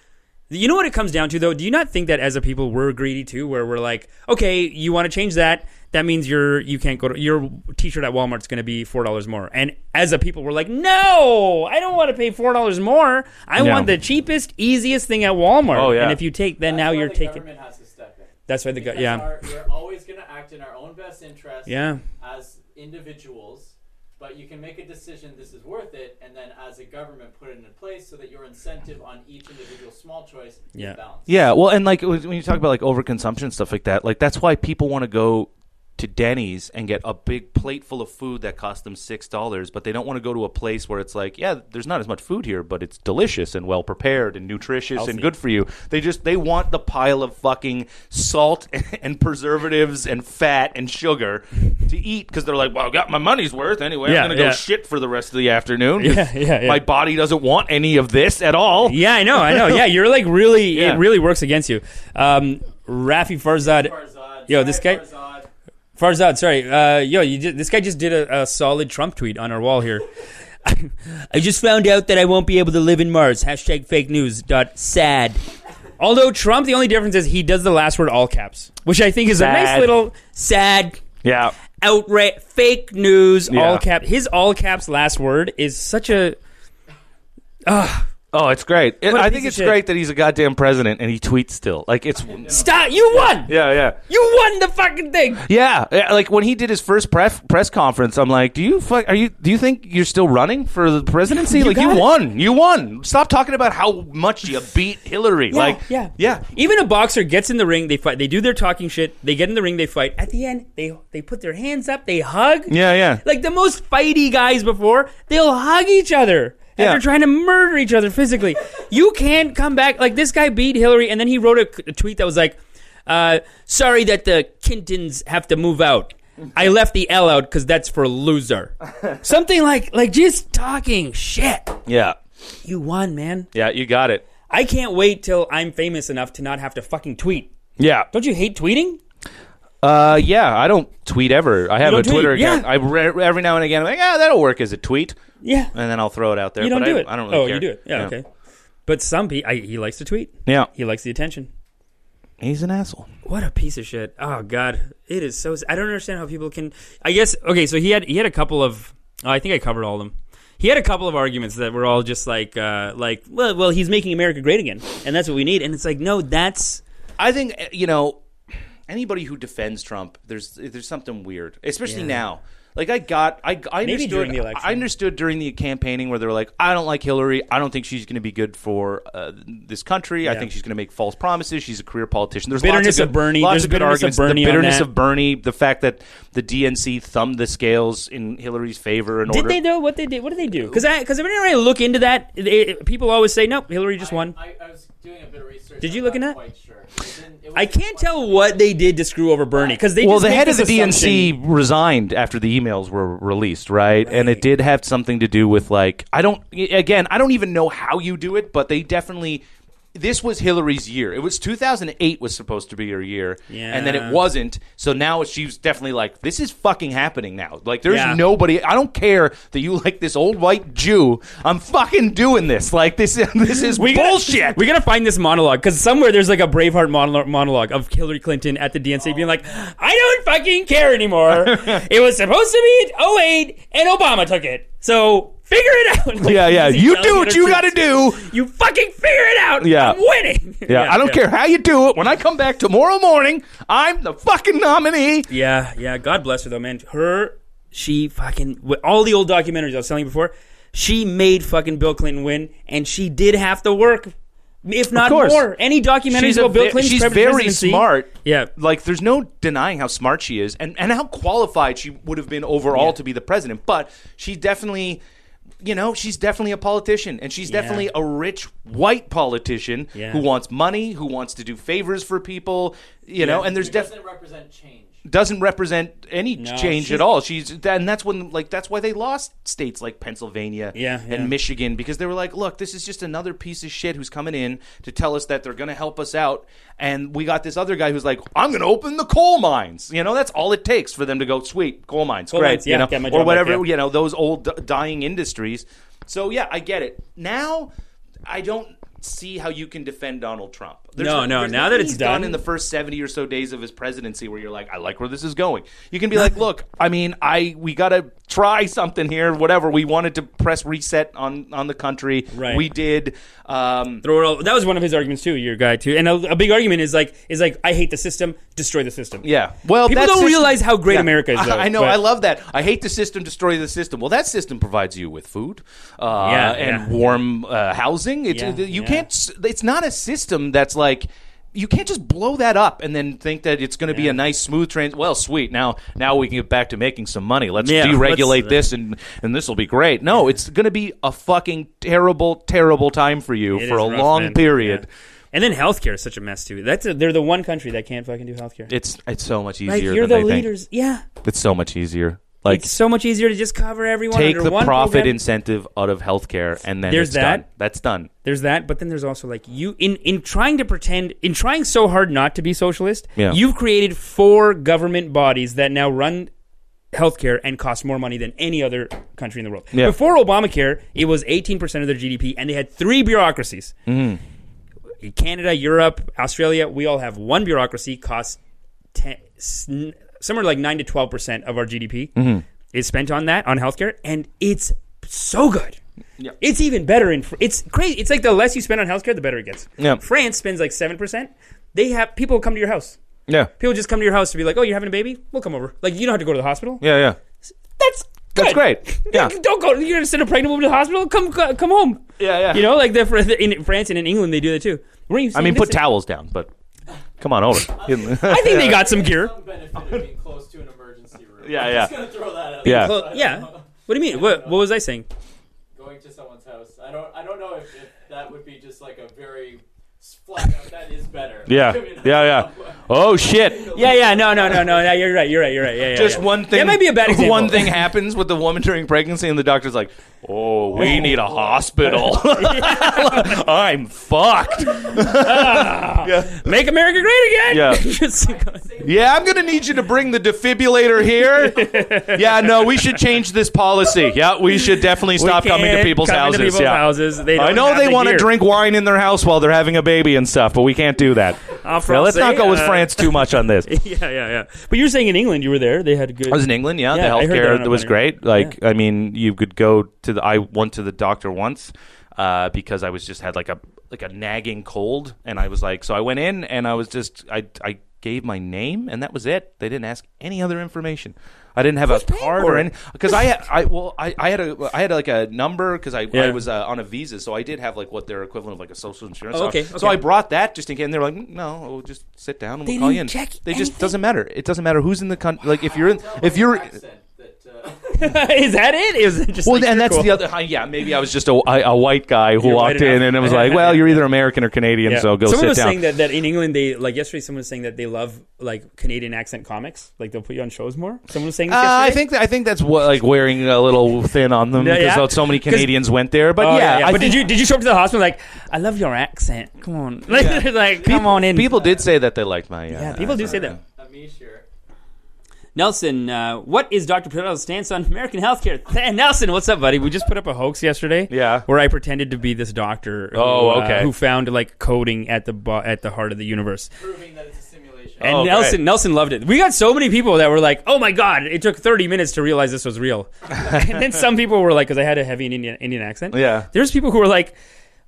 Speaker 1: you know what it comes down to though. Do you not think that as a people we're greedy too, where we're like, okay, you want to change that. That means your you can't go to your T-shirt at Walmart's going to be four dollars more. And as a people, we're like, no, I don't want to pay four dollars more. I
Speaker 2: Yeah.
Speaker 1: want the cheapest, easiest thing at Walmart.
Speaker 2: Oh, yeah.
Speaker 1: And if you take, then
Speaker 7: That's
Speaker 1: now
Speaker 7: why
Speaker 1: you're
Speaker 7: the
Speaker 1: taking.
Speaker 7: Government has to step in.
Speaker 1: That's why the go-
Speaker 7: Because
Speaker 1: yeah,
Speaker 7: our- we're always going to act in our own best interest.
Speaker 1: Yeah.
Speaker 7: As individuals, but you can make a decision. This is worth it, and then as a government, put it in place so that your incentive on each individual small choice
Speaker 1: Yeah.
Speaker 7: is balanced.
Speaker 2: Yeah, well, and like when you talk about like overconsumption and stuff like that, like that's why people want to go to Denny's and get a big plate full of food that costs them six dollars, but they don't want to go to a place where it's like, yeah, there's not as much food here, but it's delicious and well prepared and nutritious and good for you. They just they want the pile of fucking salt and preservatives and fat and sugar to eat because they're like, well, I got my money's worth anyway.
Speaker 1: Yeah,
Speaker 2: I'm gonna
Speaker 1: yeah.
Speaker 2: go shit for the rest of the afternoon. 'cause
Speaker 1: Yeah, yeah, yeah.
Speaker 2: My body doesn't want any of this at all.
Speaker 1: yeah, I know, I know. Yeah, you're like really.
Speaker 2: Yeah.
Speaker 1: It really works against you. Um, Rafi Farzad.
Speaker 7: Farzad.
Speaker 1: Yo,
Speaker 7: Sorry,
Speaker 1: this guy-
Speaker 7: Farzad.
Speaker 1: Farzad, sorry. Uh, yo, you ju- this guy just did a, a solid Trump tweet on our wall here. I just found out that I won't be able to live in Mars. Hashtag fake news. Dot sad. Although Trump, the only difference is he does the last word all caps, which I think is a nice
Speaker 2: Sad.
Speaker 1: little sad
Speaker 2: Yeah.
Speaker 1: outright fake news
Speaker 2: Yeah.
Speaker 1: all cap. His all caps last word is such a
Speaker 2: Oh, it's great. It,
Speaker 1: What a
Speaker 2: I
Speaker 1: piece
Speaker 2: think
Speaker 1: of
Speaker 2: it's
Speaker 1: shit.
Speaker 2: great that he's a goddamn president and he tweets still. Like it's
Speaker 1: stop. You won.
Speaker 2: yeah, yeah.
Speaker 1: You won the fucking thing.
Speaker 2: Yeah, yeah, like when he did his first pref- press conference, I'm like, "Do you fuck are you do you think you're still running for the presidency? like you
Speaker 1: got it.
Speaker 2: won. You won. Stop talking about how much you beat Hillary." like
Speaker 1: yeah.
Speaker 2: Yeah.
Speaker 1: Even a boxer gets in the ring, they fight, they do their talking shit, they get in the ring, they fight. At the end, they they put their hands up, they hug.
Speaker 2: Yeah, yeah.
Speaker 1: Like the most fighty guys before, they'll hug each other. And
Speaker 2: Yeah.
Speaker 1: they're trying to murder each other physically. you can't come back. Like this guy beat Hillary, and then he wrote a, a tweet that was like, uh, "Sorry that the Kintons have to move out. I left the L out because that's for loser." Something like like just talking shit.
Speaker 2: Yeah.
Speaker 1: You won, man.
Speaker 2: Yeah, you got it.
Speaker 1: I can't wait till I'm famous enough to not have to fucking tweet.
Speaker 2: Yeah.
Speaker 1: Don't you hate tweeting?
Speaker 2: Uh yeah, I don't tweet ever. I have
Speaker 1: don't
Speaker 2: a Twitter
Speaker 1: tweet, yeah.
Speaker 2: account. I re- every now and again I'm like, "Ah, that'll work as a tweet."
Speaker 1: Yeah.
Speaker 2: And then I'll throw it out there,
Speaker 1: You don't
Speaker 2: Uh, but
Speaker 1: do
Speaker 2: I,
Speaker 1: it.
Speaker 2: I don't really
Speaker 1: oh,
Speaker 2: care.
Speaker 1: you do it. Yeah, okay. But some people, he likes to tweet.
Speaker 2: Yeah.
Speaker 1: He likes the attention.
Speaker 2: He's an asshole.
Speaker 1: What a piece of shit. Oh god, it is so. I don't understand how people can. I guess okay. So he had he had a couple of. Oh, I think I covered all of them. He had a couple of arguments that were all just like uh, like well well he's making America great again and that's what we need and it's like no that's
Speaker 2: I think uh, you know anybody who defends Trump, there's there's something weird, especially now. Like I got, I, I
Speaker 1: Maybe
Speaker 2: understood.
Speaker 1: during the election.
Speaker 2: I understood during the campaigning where they were like, "I don't like Hillary. I don't think she's going to be good for uh, this country. I
Speaker 1: Yeah.
Speaker 2: think she's going to make false promises. She's a career politician." There's
Speaker 1: Bitterness
Speaker 2: lots
Speaker 1: of
Speaker 2: of, good,
Speaker 1: Bernie.
Speaker 2: Lots
Speaker 1: There's
Speaker 2: of good
Speaker 1: bitterness of
Speaker 2: arguments.
Speaker 1: Bernie
Speaker 2: the
Speaker 1: on
Speaker 2: bitterness
Speaker 1: that.
Speaker 2: of Bernie. The fact that the DNC thumbed the scales in Hillary's favor. In
Speaker 1: did
Speaker 2: order,
Speaker 1: they know what they did what did they do because I because whenever I look into that it, it- people always say no Hillary just
Speaker 7: I-
Speaker 1: won
Speaker 7: I, I was doing a bit of research.
Speaker 1: Did you
Speaker 7: I'm
Speaker 1: look
Speaker 7: not
Speaker 1: in that?
Speaker 7: Quite sure. It didn't- it
Speaker 1: I
Speaker 7: wasn't
Speaker 1: can't
Speaker 7: quite-
Speaker 1: tell what they did to screw over Bernie because they
Speaker 2: Well,
Speaker 1: just
Speaker 2: the
Speaker 1: make
Speaker 2: head of the
Speaker 1: this assumption-
Speaker 2: DNC resigned after the emails were released, right? And it did have something to do with like I don't again, I don't even know how you do it, but they definitely this was Hillary's year. It was 2008 was supposed to be her year, and then
Speaker 1: Yeah.
Speaker 2: it wasn't. So now she's definitely like, this is fucking happening now. Like, there's
Speaker 1: Yeah.
Speaker 2: nobody. I don't care that you like this old white Jew. I'm fucking doing this. Like this. is This is
Speaker 1: We gotta-
Speaker 2: bullshit.
Speaker 1: we gotta find this monologue because somewhere there's like a Braveheart monologue, monologue of Hillary Clinton at the DNC being like, "I don't fucking care anymore. it was supposed to be in 08 and Obama took it, so figure it out." Like,
Speaker 2: yeah, yeah.
Speaker 1: he's
Speaker 2: You
Speaker 1: telling
Speaker 2: do what
Speaker 1: the
Speaker 2: you
Speaker 1: troops,
Speaker 2: got to do.
Speaker 1: You fucking figure it out.
Speaker 2: Yeah.
Speaker 1: I'm winning.
Speaker 2: Yeah, I don't
Speaker 1: yeah.
Speaker 2: care how you do it. When I come back tomorrow morning, I'm the fucking nominee.
Speaker 1: Yeah, yeah. God bless her though, man. Her, she fucking with all the old documentaries I was telling you before. She made fucking Bill Clinton win, and she did have to work if not
Speaker 2: course.
Speaker 1: more. Any documentaries
Speaker 2: She's, a
Speaker 1: about Bill
Speaker 2: ve-
Speaker 1: Clinton's
Speaker 2: she's
Speaker 1: pre-
Speaker 2: very
Speaker 1: presidency-
Speaker 2: smart.
Speaker 1: Yeah.
Speaker 2: Like, there's no denying how smart she is and, and how qualified she would have been overall to be the president. But she definitely, you know, she's definitely a politician. And she's
Speaker 1: Yeah.
Speaker 2: definitely a rich white politician
Speaker 1: Yeah.
Speaker 2: who wants money, who wants to do favors for people, you know, and there's
Speaker 7: It
Speaker 2: definitely
Speaker 7: doesn't represent change.
Speaker 2: doesn't represent any
Speaker 1: No,
Speaker 2: change
Speaker 1: she-
Speaker 2: at all. She's and that's when like that's why they lost states like Pennsylvania
Speaker 1: Yeah, yeah.
Speaker 2: and Michigan because they were like, look, this is just another piece of shit who's coming in to tell us that they're going to help us out, and we got this other guy who's like, I'm going to open the coal mines. You know, that's all it takes for them to go, sweet coal mines,
Speaker 1: Coal
Speaker 2: great,
Speaker 1: mines,
Speaker 2: you
Speaker 1: yeah,
Speaker 2: know,
Speaker 1: get my
Speaker 2: or
Speaker 1: job back,
Speaker 2: whatever,
Speaker 1: yeah.
Speaker 2: you know, those old d- dying industries. So yeah, I get it. Now, I don't see how you can defend Donald Trump. There's
Speaker 1: No, no,
Speaker 2: there's
Speaker 1: now that
Speaker 2: nothing
Speaker 1: it's
Speaker 2: he's
Speaker 1: done-
Speaker 2: in the first 70 or so days of his presidency where you're like i like where this is going you can be like look i mean i we gotta try something here whatever we wanted to press reset on on the country
Speaker 1: Right.
Speaker 2: we did um
Speaker 1: Throw it all- That was one of his arguments too. Your guy too, and a, a big argument is like is like I hate the system, destroy the system.
Speaker 2: yeah well
Speaker 1: People
Speaker 2: that
Speaker 1: don't
Speaker 2: system-
Speaker 1: realize how great America is, though,
Speaker 2: I, I know
Speaker 1: but-
Speaker 2: i love that i hate the system destroy the system well that system provides you with food uh
Speaker 1: Yeah,
Speaker 2: and
Speaker 1: yeah.
Speaker 2: warm uh, housing it's
Speaker 1: Yeah,
Speaker 2: you
Speaker 1: yeah.
Speaker 2: can't s- it's not a system that's like you can't just blow that up and then think that it's going to be
Speaker 1: Yeah.
Speaker 2: a nice smooth trans. Well, sweet. Now, now we can get back to making some money. Let's
Speaker 1: Yeah,
Speaker 2: deregulate
Speaker 1: let's- uh,
Speaker 2: this, and and this will be great. No, it's going to be a fucking terrible, terrible time for you
Speaker 1: It
Speaker 2: for
Speaker 1: is
Speaker 2: a
Speaker 1: rough,
Speaker 2: long
Speaker 1: man.
Speaker 2: period.
Speaker 1: Yeah. And then healthcare is such a mess too. That's a, they're the one country that can't fucking do healthcare.
Speaker 2: It's it's so much easier.
Speaker 1: Like you're the
Speaker 2: than they
Speaker 1: leaders, yeah.
Speaker 2: Think. It's so much easier. Like
Speaker 1: it's so much easier to just cover everyone.
Speaker 2: take
Speaker 1: under
Speaker 2: the
Speaker 1: one
Speaker 2: profit
Speaker 1: program.
Speaker 2: incentive out of healthcare, and then
Speaker 1: There's
Speaker 2: it's
Speaker 1: that.
Speaker 2: done. That's done.
Speaker 1: There's that, but then there's also like you in in trying to pretend in trying so hard not to be socialist.
Speaker 2: Yeah.
Speaker 1: You've created four government bodies that now run healthcare and cost more money than any other country in the world.
Speaker 2: Yeah.
Speaker 1: Before Obamacare, it was 18% of their GDP and they had three bureaucracies.
Speaker 2: Mm-hmm.
Speaker 1: Canada, Europe, Australia, we all have one bureaucracy costs 10, sn- somewhere like 9 to 12% of our GDP
Speaker 2: Mm-hmm.
Speaker 1: is spent on that on healthcare and it's so good. It's even better in Fr- it's crazy. It's like the less you spend on healthcare the better it gets.
Speaker 2: Yeah.
Speaker 1: France spends like 7%. They have people come to your house.
Speaker 2: Yeah.
Speaker 1: People just come to your house to be like, "Oh, you're having a baby? We'll come over." Like you don't have to go to the hospital.
Speaker 2: Yeah. Yeah.
Speaker 1: That's good.
Speaker 2: That's great. Yeah.
Speaker 1: Don't go. You're gonna send a pregnant woman to the hospital. Come, co- come home.
Speaker 2: Yeah, yeah.
Speaker 1: You know, like the, in France and in England, they do that too.
Speaker 2: I mean, put towels down, but come on over. yeah.
Speaker 1: I think they got some gear.
Speaker 7: Some benefit of being close to an emergency room.
Speaker 2: Yeah,
Speaker 7: I'm
Speaker 2: yeah.
Speaker 7: Just gonna throw that out.
Speaker 2: Yeah.
Speaker 1: Well, yeah. What do you mean? What, what was I saying?
Speaker 7: Going to someone's house. I don't. I don't know if, if that would be just like a very flat out. That is better.
Speaker 2: Yeah.
Speaker 7: I mean,
Speaker 2: Yeah. Yeah. Oh shit.
Speaker 1: Yeah, yeah. No, no, no, no. no you're right. You're right. You're right. Yeah, yeah.
Speaker 2: just
Speaker 1: yeah.
Speaker 2: one thing.
Speaker 1: That might be a bad example.
Speaker 2: One thing happens with the woman during pregnancy, and the doctor's like, "Oh, we need a hospital. I'm fucked.
Speaker 1: Make America great again.
Speaker 2: Yeah.
Speaker 1: Just-
Speaker 2: Yeah, I'm gonna need you to bring the defibrillator here. yeah, no, we should change this policy. Yeah, we should definitely
Speaker 1: We
Speaker 2: stop coming to
Speaker 1: can't
Speaker 2: people's
Speaker 1: come into
Speaker 2: houses.
Speaker 1: people's
Speaker 2: yeah.
Speaker 1: houses. They
Speaker 2: I
Speaker 1: don't
Speaker 2: know
Speaker 1: have
Speaker 2: they
Speaker 1: the
Speaker 2: want to
Speaker 1: gear.
Speaker 2: drink wine in their house while they're having a baby and stuff, but we can't do that.
Speaker 1: En
Speaker 2: Now, let's not
Speaker 1: français,
Speaker 2: go with
Speaker 1: uh,
Speaker 2: France too much on this.
Speaker 1: Yeah, yeah, yeah. But you're saying in England, you were there. They had good.
Speaker 2: I was in England. Yeah,
Speaker 1: Yeah, I
Speaker 2: the
Speaker 1: heard that on
Speaker 2: healthcare
Speaker 1: a
Speaker 2: was
Speaker 1: runner.
Speaker 2: great. Like, I mean, you could go to the. I went to the doctor once uh, because I was just had like a like a nagging cold, and I was like, so I went in and I was just I I gave my name and that was it. They didn't ask any other information. I didn't have a card or any because I had I well I, I had a I had like a number because I, I
Speaker 1: Yeah.
Speaker 2: was uh, on a visa so I did have like what their equivalent of like a social insurance.
Speaker 1: Oh,
Speaker 2: card.
Speaker 1: okay,
Speaker 2: so
Speaker 1: okay.
Speaker 2: I brought that just in case. And they were like, "Mm, no, we'll just sit down and we'll call you in.
Speaker 1: didn't check
Speaker 2: they just doesn't matter. It doesn't matter who's in the country. Like if you're in if you're
Speaker 7: Accent that. Uh,
Speaker 1: Is that it? It was just
Speaker 2: well,
Speaker 1: like,
Speaker 2: and
Speaker 1: you're
Speaker 2: that's
Speaker 1: cool.
Speaker 2: the other. I- Yeah, maybe I was just a, a white guy who
Speaker 1: You're white
Speaker 2: walked in
Speaker 1: enough.
Speaker 2: and it was like, "Well, you're either American or Canadian,
Speaker 1: Yeah.
Speaker 2: so go
Speaker 1: someone
Speaker 2: sit
Speaker 1: was
Speaker 2: down."
Speaker 1: saying that, that in England they like yesterday someone was saying that they love like Canadian accent comics. Like they'll put you on shows more. Someone was saying this
Speaker 2: Uh, I
Speaker 1: yesterday?
Speaker 2: think that, I think that's what, like wearing a little thin on them
Speaker 1: Yeah,
Speaker 2: because
Speaker 1: yeah.
Speaker 2: so many
Speaker 1: 'Cause-
Speaker 2: Canadians went there. But
Speaker 1: Oh,
Speaker 2: yeah, I
Speaker 1: But did
Speaker 2: think
Speaker 1: you did you show up to the hospital like I love your accent. Come on. Like, like come on in.
Speaker 2: people did say that they liked my. Uh,
Speaker 1: yeah, people do say that.
Speaker 7: Amish here.
Speaker 1: Nelson, uh, what is Dr. Perot's stance on American healthcare? Th- Nelson, what's up, buddy? We just put up a hoax yesterday.
Speaker 2: Yeah.
Speaker 1: Where I pretended to be this doctor. who,
Speaker 2: Oh,
Speaker 1: uh,
Speaker 2: okay.
Speaker 1: who found like coding at the bo- at the heart of the universe.
Speaker 7: Proving that it's a simulation.
Speaker 1: And
Speaker 2: Oh,
Speaker 1: Nelson,
Speaker 2: great.
Speaker 1: Nelson loved it. We got so many people that were like, "Oh my god!" It took 30 minutes to realize this was real. and then some people were like, "Because I had a heavy Indian Indian accent."
Speaker 2: Yeah.
Speaker 1: There's people who were like,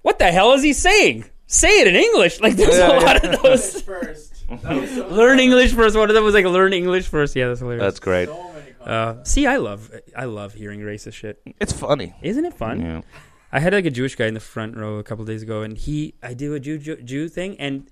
Speaker 1: "What the hell is he saying? Say it in English!" Like there's a lot of those.
Speaker 7: First. That was so,
Speaker 1: learn English first. One of them was like, "Learn English first. Yeah, that's hilarious.
Speaker 2: That's great.
Speaker 7: so many comments.
Speaker 1: uh, see, I love I love hearing racist shit.
Speaker 2: It's funny.
Speaker 1: Isn't it fun?
Speaker 2: Yeah.
Speaker 1: I had like a Jewish guy in the front row a couple days ago, and he I do a Jew Jew, Jew thing, and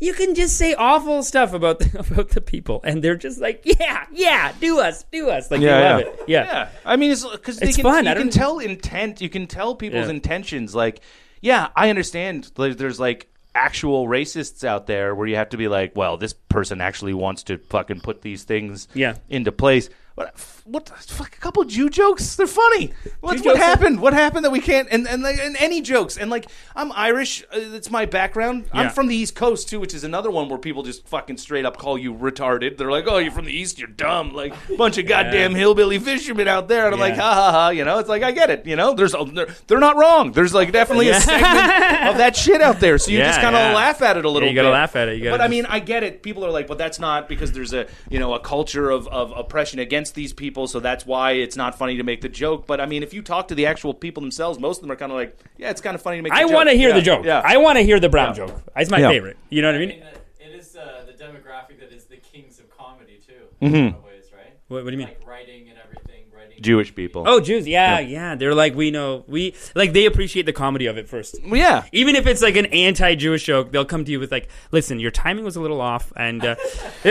Speaker 1: you can just say awful stuff about the, about the people, and they're just like, yeah, yeah, do us, do us, like
Speaker 2: Yeah,
Speaker 1: they love
Speaker 2: yeah.
Speaker 1: it, yeah.
Speaker 2: Yeah, I mean, it's because
Speaker 1: It's
Speaker 2: can,
Speaker 1: fun.
Speaker 2: You
Speaker 1: I
Speaker 2: can
Speaker 1: don't-
Speaker 2: tell intent. You can tell people's
Speaker 1: Yeah.
Speaker 2: intentions. Like, yeah, I understand. Like, there's like actual racists out there where you have to be like, well, this person actually wants to fucking put these things
Speaker 1: Yeah.
Speaker 2: into place. But f- what? the- Fuck a couple Jew jokes. They're funny. What,
Speaker 1: Jew
Speaker 2: what
Speaker 1: jokes are-
Speaker 2: happened? What happened that we can't? And and, like, and any jokes. And like, I'm Irish. Uh, it's my background. I'm
Speaker 1: Yeah.
Speaker 2: from the East Coast too, which is another one where people just fucking straight up call you retarded. They're like, oh, you're from the East. You're dumb. Like bunch of goddamn hillbilly fishermen out there, and I'm like,
Speaker 1: Yeah.
Speaker 2: ha ha ha. You know, it's like I get it. You know, there's they're, they're not wrong. There's like definitely a segment of that shit out there. So you
Speaker 1: Yeah,
Speaker 2: just kind of
Speaker 1: yeah.
Speaker 2: laugh at it a little.
Speaker 1: you gotta
Speaker 2: bit.
Speaker 1: laugh at it. You gotta
Speaker 2: but I
Speaker 1: just-
Speaker 2: mean, I get it. People are like, but that's not because there's a you know a culture of of oppression against these people, so that's why it's not funny to make the joke. But I mean, if you talk to the actual people themselves, most of them are kind of like, yeah, it's kind of funny to make.
Speaker 1: I
Speaker 2: the
Speaker 1: want to
Speaker 2: joke.
Speaker 1: hear
Speaker 2: Yeah,
Speaker 1: the joke.
Speaker 2: Yeah.
Speaker 1: I want to hear the Brown joke. It's my
Speaker 2: Yeah.
Speaker 1: favorite. You know what I
Speaker 7: I
Speaker 1: mean?
Speaker 7: mean, uh, it is uh, the demographic that is the kings of comedy too. In a lot of ways, right?
Speaker 1: What, what do you mean?
Speaker 7: Like writing and everything. Writing
Speaker 2: Jewish people.
Speaker 1: Oh, Jews. Yeah, yeah, They're like we know we like they appreciate the comedy of it first.
Speaker 2: Well, yeah.
Speaker 1: Even if it's like an anti-Jewish joke, they'll come to you with like, "Listen, your timing was a little off," and uh,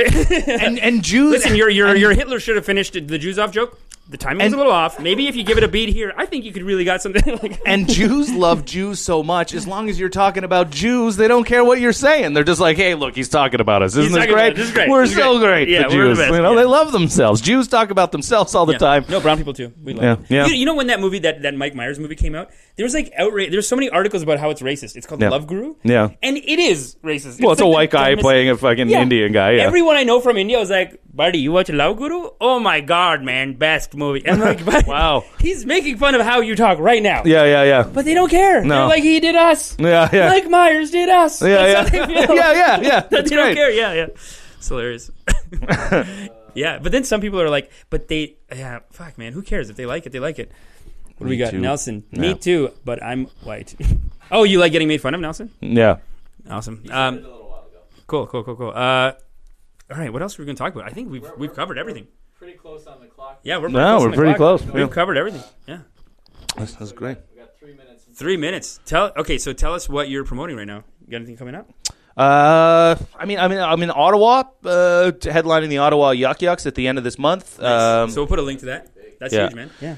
Speaker 2: And, and Jews
Speaker 1: listen, your your your Hitler should have finished the Jews off joke. The timing was
Speaker 2: And-
Speaker 1: a little off. Maybe if you give it a beat here, I think you could really got something. like,
Speaker 2: and Jews love Jews so much. As long as you're talking about Jews, they don't care what you're saying. They're just like, hey, look, he's talking about us. Isn't
Speaker 1: He's
Speaker 2: this
Speaker 1: talking
Speaker 2: great?
Speaker 1: about us. This is great.
Speaker 2: We're
Speaker 1: This is
Speaker 2: so
Speaker 1: great.
Speaker 2: great.
Speaker 1: Yeah,
Speaker 2: the
Speaker 1: we're the
Speaker 2: Jews.
Speaker 1: best.
Speaker 2: You know,
Speaker 1: Yeah.
Speaker 2: they love themselves. Jews talk about themselves all the
Speaker 1: Yeah.
Speaker 2: time.
Speaker 1: No, brown people too. We love
Speaker 2: Yeah,
Speaker 1: it.
Speaker 2: yeah.
Speaker 1: You, you know when that movie that, that Mike Myers movie came out, there was like outrage. There's so many articles about how it's racist. It's called
Speaker 2: Yeah.
Speaker 1: Love Guru.
Speaker 2: Yeah.
Speaker 1: and it is racist.
Speaker 2: Well, it's
Speaker 1: like
Speaker 2: a
Speaker 1: the
Speaker 2: white guy
Speaker 1: dumbest-
Speaker 2: playing a fucking Indian guy, yeah.
Speaker 1: everyone I know from India was like, "Buddy, you watch Love Guru? Oh my god, man, best movie!" And I'm like,
Speaker 2: Wow.
Speaker 1: he's making fun of how you talk right now.
Speaker 2: Yeah, yeah, yeah.
Speaker 1: But they don't care.
Speaker 2: No.
Speaker 1: They're like he did us.
Speaker 2: Yeah, yeah.
Speaker 1: Mike Myers did us.
Speaker 2: yeah,
Speaker 1: That's
Speaker 2: yeah.
Speaker 1: how they feel.
Speaker 2: yeah, yeah, yeah.
Speaker 1: that
Speaker 2: That's
Speaker 1: they don't
Speaker 2: great.
Speaker 1: care. Yeah, yeah. It's hilarious. yeah, but then some people are like, but they, yeah, fuck, man, who cares if they like it? They like it. What do we got,
Speaker 2: too.
Speaker 1: Nelson?
Speaker 2: Yeah.
Speaker 1: Me too, but I'm white. oh, you like getting made fun of, Nelson?
Speaker 2: Yeah.
Speaker 1: Hmm. Awesome.
Speaker 7: a
Speaker 1: Um,
Speaker 7: little while ago.
Speaker 1: cool, cool, cool, cool. Uh, all right, what else are we going to talk about? I think we've we've covered everything.
Speaker 7: Pretty close on the clock.
Speaker 1: Yeah, we're
Speaker 2: No,
Speaker 1: on
Speaker 2: we're
Speaker 1: the
Speaker 2: pretty
Speaker 1: clock.
Speaker 2: close.
Speaker 1: We've
Speaker 2: Yeah.
Speaker 1: covered everything. Yeah,
Speaker 2: That's, that's great.
Speaker 7: We got three minutes. and-
Speaker 1: three minutes. Tell okay, so tell us what you're promoting right now. You got anything coming up?
Speaker 2: Uh, I mean, I mean, I'm in Ottawa, uh, headlining the Ottawa Yuck Yucks at the end of this month. Um,
Speaker 1: so we'll put a link to that. That's
Speaker 2: Yeah.
Speaker 1: huge, man. Yeah.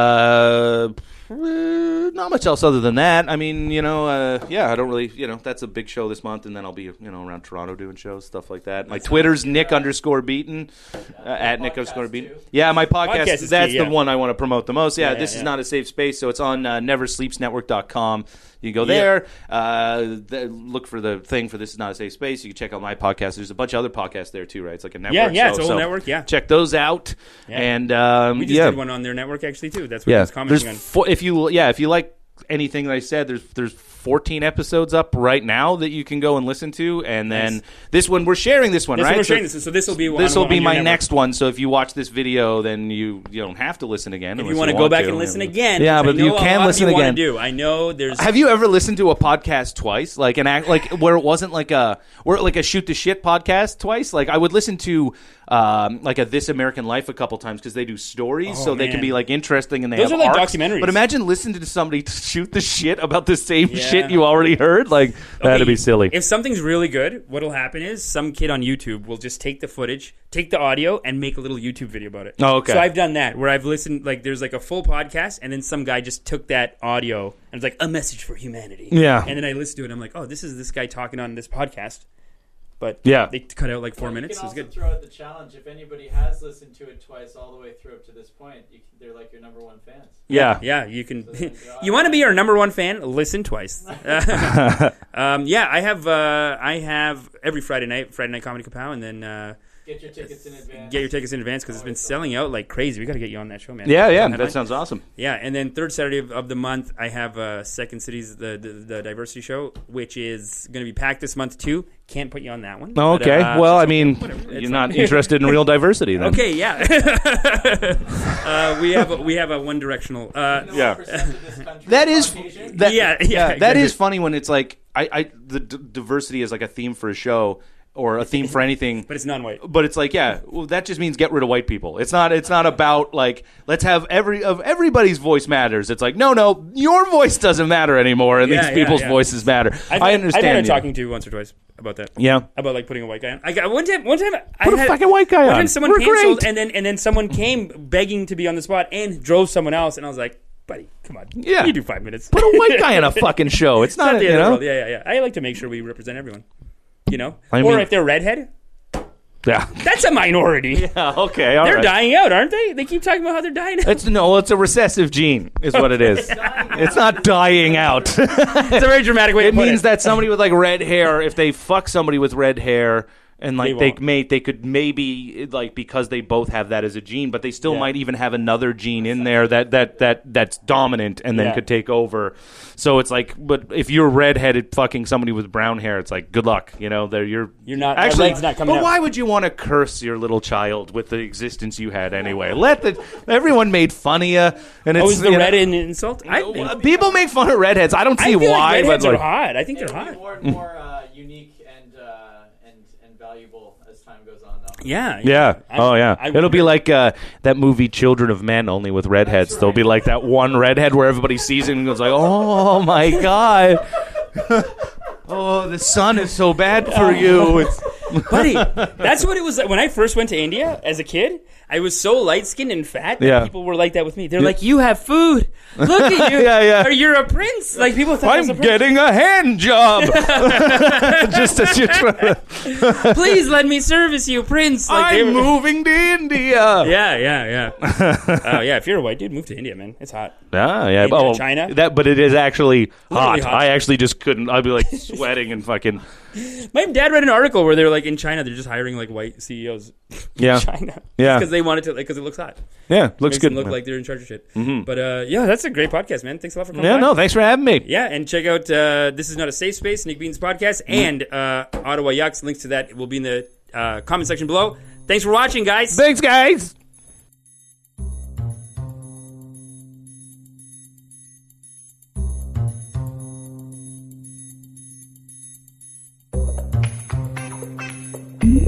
Speaker 2: Uh, eh, not much else other than that. I mean, you know, uh, yeah, I don't really, you know, that's a big show this month, and then I'll be, you know, around Toronto doing shows, stuff like that. My Twitter's Nick underscore Beaton uh, at Nick
Speaker 7: podcast
Speaker 2: underscore Beaton.
Speaker 7: too.
Speaker 2: Yeah, my podcast.
Speaker 1: Podcast is
Speaker 2: that's
Speaker 1: key,
Speaker 2: the
Speaker 1: yeah.
Speaker 2: one I want to promote the most. Yeah,
Speaker 1: yeah,
Speaker 2: this is
Speaker 1: yeah.
Speaker 2: not a safe space, so it's on uh, neversleepsnetwork.com. You can go there, uh, th- look for the thing for this is not a safe space. You can check out my podcast. There's a bunch of other podcasts there too, right? It's like a network.
Speaker 1: yeah,
Speaker 2: so,
Speaker 1: it's a whole
Speaker 2: so
Speaker 1: network, yeah.
Speaker 2: check those out. And um,
Speaker 1: We just
Speaker 2: yeah.
Speaker 1: did one on their network actually too. That's what I
Speaker 2: Yeah,
Speaker 1: was commenting
Speaker 2: there's
Speaker 1: on.
Speaker 2: four- if you yeah if you like anything that I said, there's there's 14 episodes up right now that you can go and listen to, and then
Speaker 1: Nice.
Speaker 2: this one we're sharing this one
Speaker 1: That's
Speaker 2: right.
Speaker 1: what we're
Speaker 2: So
Speaker 1: sharing this. So this will be
Speaker 2: this
Speaker 1: on-
Speaker 2: will be
Speaker 1: on your
Speaker 2: my
Speaker 1: network.
Speaker 2: next one. So if you watch this video, then you you don't have to listen again.
Speaker 1: If
Speaker 2: unless
Speaker 1: you want to go back and listen again,
Speaker 2: yeah,
Speaker 1: which I
Speaker 2: but you
Speaker 1: know a lot
Speaker 2: can
Speaker 1: of
Speaker 2: listen
Speaker 1: you wanna
Speaker 2: again.
Speaker 1: Do I know there's
Speaker 2: Have you ever listened to a podcast twice, like an act, like where it wasn't like a where like a shoot the shit podcast twice? Like I would listen to um, like a This American Life a couple times because they do stories,
Speaker 1: Oh,
Speaker 2: so they can
Speaker 1: man.
Speaker 2: be like interesting and they
Speaker 1: Those
Speaker 2: have
Speaker 1: are like
Speaker 2: arcs.
Speaker 1: documentaries.
Speaker 2: But imagine listening to somebody t- shoot the shit about the same
Speaker 1: Yeah.
Speaker 2: shit you already heard. Like that'd
Speaker 1: Okay,
Speaker 2: be silly.
Speaker 1: If something's really good, what'll happen is some kid on YouTube will just take the footage, take the audio, and make a little YouTube video about it.
Speaker 2: Oh, okay.
Speaker 1: So I've done that where I've listened like there's like a full podcast, and then some guy just took that audio and was like a message for humanity.
Speaker 2: Yeah.
Speaker 1: And then I listened to it. and I'm like, oh, this is this guy talking on this podcast. But
Speaker 2: Yeah.
Speaker 1: they cut out like four minutes.
Speaker 7: You
Speaker 1: It
Speaker 7: can
Speaker 1: was
Speaker 7: also
Speaker 1: good.
Speaker 7: throw out the challenge if anybody has listened to it twice all the way through up to this point. You can, they're like your number one fans.
Speaker 2: yeah.
Speaker 1: Yeah, you can. you want to be our number one fan? Listen twice. um, yeah, I have. Uh, I have every Friday night, Friday night comedy kapow, and then. Uh,
Speaker 7: Get your tickets in advance.
Speaker 1: Get your tickets in advance because it's been selling out like crazy. We got to get you on that show, man.
Speaker 2: Yeah, yeah,
Speaker 1: Headline.
Speaker 2: that sounds awesome.
Speaker 1: yeah. And then third Saturday of, of the month, I have uh, Second Cities the, the the diversity show, which is going to be packed this month too. Can't put you on that one. But,
Speaker 2: Okay,
Speaker 1: uh,
Speaker 2: well, I mean, you're
Speaker 1: It's
Speaker 2: not interested in real diversity, then.
Speaker 1: okay, yeah. uh, we have a, we have a one directional. Uh,
Speaker 2: Yeah.
Speaker 7: that
Speaker 2: That is
Speaker 7: Caucasian?
Speaker 2: that,
Speaker 1: Yeah, yeah,
Speaker 2: that
Speaker 1: exactly.
Speaker 2: is funny when it's like I, I the d- diversity is like a theme for a show. or a theme for anything.
Speaker 1: But it's non-white.
Speaker 2: but it's like yeah well that just means get rid of white people it's not it's not about like let's have every of everybody's voice matters it's like no no your voice doesn't matter anymore and
Speaker 1: Yeah,
Speaker 2: these
Speaker 1: yeah,
Speaker 2: people's
Speaker 1: yeah.
Speaker 2: voices matter
Speaker 1: I've,
Speaker 2: i
Speaker 1: I've
Speaker 2: understand
Speaker 1: had
Speaker 2: you.
Speaker 1: her talking to you once or twice about that.
Speaker 2: Yeah.
Speaker 1: About like putting a white guy on. I got one time. One time. I
Speaker 2: Put a
Speaker 1: had,
Speaker 2: fucking white guy
Speaker 1: One time
Speaker 2: on.
Speaker 1: someone
Speaker 2: We're
Speaker 1: canceled,
Speaker 2: great.
Speaker 1: and then and then someone came begging to be on the spot and drove someone else, and I was like, buddy, come on,
Speaker 2: Yeah.
Speaker 1: you do five minutes.
Speaker 2: put a white guy in a fucking show it's not,
Speaker 1: Not the
Speaker 2: you
Speaker 1: other
Speaker 2: know
Speaker 1: world. Yeah, yeah, yeah. I like to make sure we represent everyone. You know,
Speaker 2: I
Speaker 1: or
Speaker 2: mean-
Speaker 1: if they're redhead,
Speaker 2: yeah,
Speaker 1: that's a minority.
Speaker 2: okay all
Speaker 1: They're
Speaker 2: right.
Speaker 1: dying out, aren't they? They keep talking about how they're dying. out.
Speaker 2: it's no it's a recessive gene is what it is it's not dying out
Speaker 1: It's a very dramatic way.
Speaker 2: it means that somebody with like red hair, if they fuck somebody with red hair and like
Speaker 1: They
Speaker 2: they,
Speaker 1: won't.
Speaker 2: mate, they could maybe like because they both have that as a gene, but they still
Speaker 1: Yeah.
Speaker 2: might even have another gene in there that that that that's dominant and then
Speaker 1: Yeah.
Speaker 2: could take over. So it's like, but if you're redheaded fucking somebody with brown hair, it's like good luck. You know, they're you're
Speaker 1: You're not- my
Speaker 2: actually
Speaker 1: leg's not coming
Speaker 2: But
Speaker 1: out.
Speaker 2: why would you want to curse your little child with the existence you had anyway? Let the everyone made fun of you, and it's
Speaker 1: Oh, is the
Speaker 2: you know-
Speaker 1: red an insult? I think.
Speaker 2: People make fun of redheads. I don't
Speaker 1: I
Speaker 2: see
Speaker 1: feel
Speaker 2: why,
Speaker 1: like redheads
Speaker 2: but like,
Speaker 1: are hot. I think they're
Speaker 7: It'll be
Speaker 1: hot.
Speaker 7: more and more uh, unique and uh, and and valuable as time goes on, though.
Speaker 1: Yeah.
Speaker 2: Yeah.
Speaker 1: I-
Speaker 2: oh, yeah.
Speaker 1: I
Speaker 2: It'll be
Speaker 1: wonder-
Speaker 2: like uh, that movie Children of Men, only with redheads. There'll be like that one redhead where everybody sees him and goes like, "Oh my god, oh the sun is so bad for you." It's,
Speaker 1: buddy. That's what it was like when I first went to India as a kid. I was so light skinned and fat that
Speaker 2: Yeah.
Speaker 1: people were like that with me. They're like, "You have food. Look at you.
Speaker 2: Yeah, yeah.
Speaker 1: Or you're a prince." Like people thought I was a
Speaker 2: I'm
Speaker 1: prince.
Speaker 2: getting a hand job. Just as you try. to-
Speaker 1: Please let me service you, prince. Like they
Speaker 2: I'm
Speaker 1: were-
Speaker 2: moving to India.
Speaker 1: Yeah, yeah, yeah. Oh, yeah. If you're a white dude, move to India, man. It's hot.
Speaker 2: Ah, yeah.
Speaker 1: India,
Speaker 2: oh,
Speaker 1: China.
Speaker 2: That, but it is actually hot.
Speaker 1: Literally hot.
Speaker 2: I actually just couldn't. I'd be like sweating and fucking.
Speaker 1: My dad read an article where they were like, in China, they're just hiring like white CEOs. in
Speaker 2: Yeah.
Speaker 1: China.
Speaker 2: Yeah.
Speaker 1: Because they wanted to, like, because it looks hot.
Speaker 2: Yeah, looks
Speaker 1: Makes
Speaker 2: good. Mm-hmm.
Speaker 1: them look like they're in charge of shit. But uh, yeah, that's a great podcast, man. Thanks a lot for coming.
Speaker 2: yeah,
Speaker 1: by.
Speaker 2: no. Thanks for having me.
Speaker 1: Yeah, and check out uh, This Is Not a Safe Space, Nick Bean's podcast, and uh, Ottawa Yucks. Links to that will be in the uh, comment section below. Thanks for watching, guys.
Speaker 2: Thanks, guys.